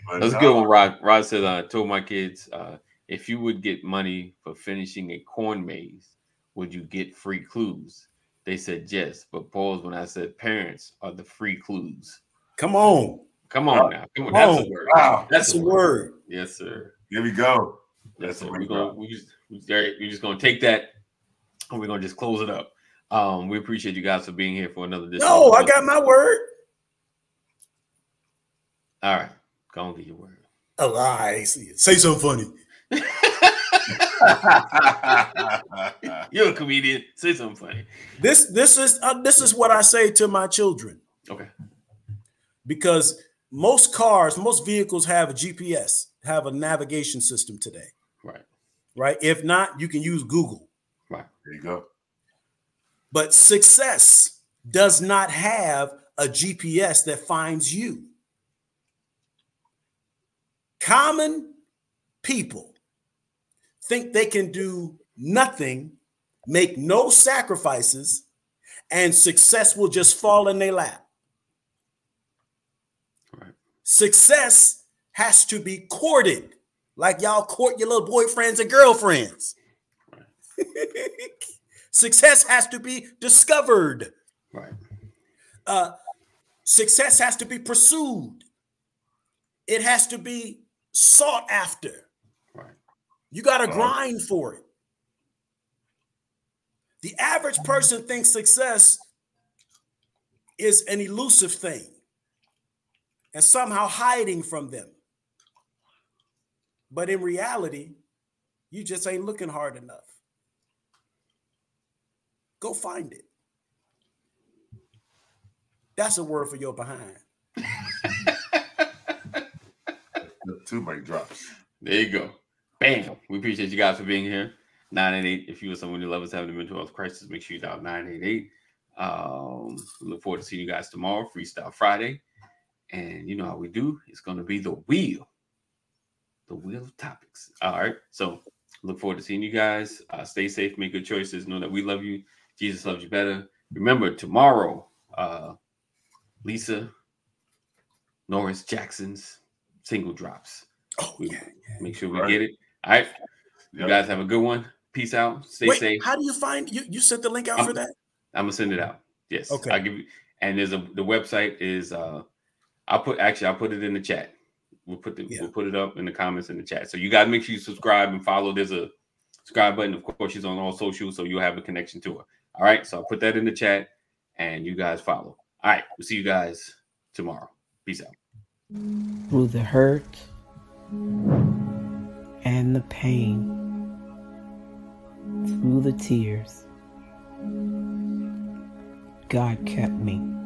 Speaker 2: But,
Speaker 1: That's a good one, Rod. Rod said, I told my kids, uh, if you would get money for finishing a corn maze, would you get free clues? They said yes, but pause when I said parents are the free clues.
Speaker 3: Come on,
Speaker 1: Come on now. Come on. That's a word.
Speaker 2: Wow.
Speaker 3: Oh, that's a word.
Speaker 1: Yes, sir.
Speaker 2: Here we go.
Speaker 1: Yes,
Speaker 2: That's
Speaker 1: sir.
Speaker 2: a
Speaker 1: We're
Speaker 2: word,
Speaker 1: gonna
Speaker 2: Rod.
Speaker 1: we just we there- we're just gonna take that and we're gonna just close it up. Um, we appreciate you guys for being here for another edition.
Speaker 3: No, I got my word.
Speaker 1: all right. Go on get your word.
Speaker 3: Oh, I see it. Say something funny.
Speaker 1: You're a comedian. Say something funny.
Speaker 3: This, this is uh, this is what I say to my children
Speaker 1: Okay.
Speaker 3: because most cars, most vehicles have a GPS, have a navigation system today,
Speaker 1: Right.
Speaker 3: right? If not, you can use Google.
Speaker 2: There you go.
Speaker 3: But success does not have a GPS that finds you. Common people think they can do nothing, make no sacrifices, and success will just fall in their lap.
Speaker 1: Right.
Speaker 3: Success has to be courted, like y'all court your little boyfriends and girlfriends. Success has to be discovered.
Speaker 1: Right.
Speaker 3: Uh, success has to be pursued. It has to be sought after.
Speaker 1: Right.
Speaker 3: You got to
Speaker 2: Right.
Speaker 3: grind for it. The average person thinks success is an elusive thing and somehow hiding from them. But in reality, you just ain't looking hard enough. Go find it. That's a word for your behind.
Speaker 2: Two mic drops.
Speaker 1: There you go. Bam. We appreciate you guys for being here. 988. If you or someone you love is having a mental health crisis, make sure you dial 988. Um, we look forward to seeing you guys tomorrow, Freestyle Friday. And you know how we do. It's going to be the wheel, the wheel of topics. All right. So look forward to seeing you guys. Uh, stay safe, make good choices. Know that we love you. Jesus loves you better. Remember, tomorrow, uh, Lisa Norris Jackson's single drops.
Speaker 3: Oh,
Speaker 1: We- Make sure we
Speaker 2: Right.
Speaker 1: get it. All right. You
Speaker 2: Yep.
Speaker 1: guys have a good one. Peace out. Stay
Speaker 3: Wait,
Speaker 1: safe.
Speaker 3: how do you find you? You sent the link out
Speaker 1: I'm-
Speaker 3: for that?
Speaker 1: I'm gonna send it out. Yes.
Speaker 3: Okay.
Speaker 1: I'll give you and there's a the website is uh I'll put actually I'll put it in the chat. We'll put the
Speaker 3: Yeah.
Speaker 1: we'll put it up in the comments in the chat. So you guys make sure you subscribe and follow. There's a subscribe button. Of course, she's on all socials, so you'll have a connection to her. All right, so I'll put that in the chat and you guys follow. All right, we'll see you guys tomorrow. Peace out.
Speaker 4: through the hurt and the pain, through the tears. God kept me.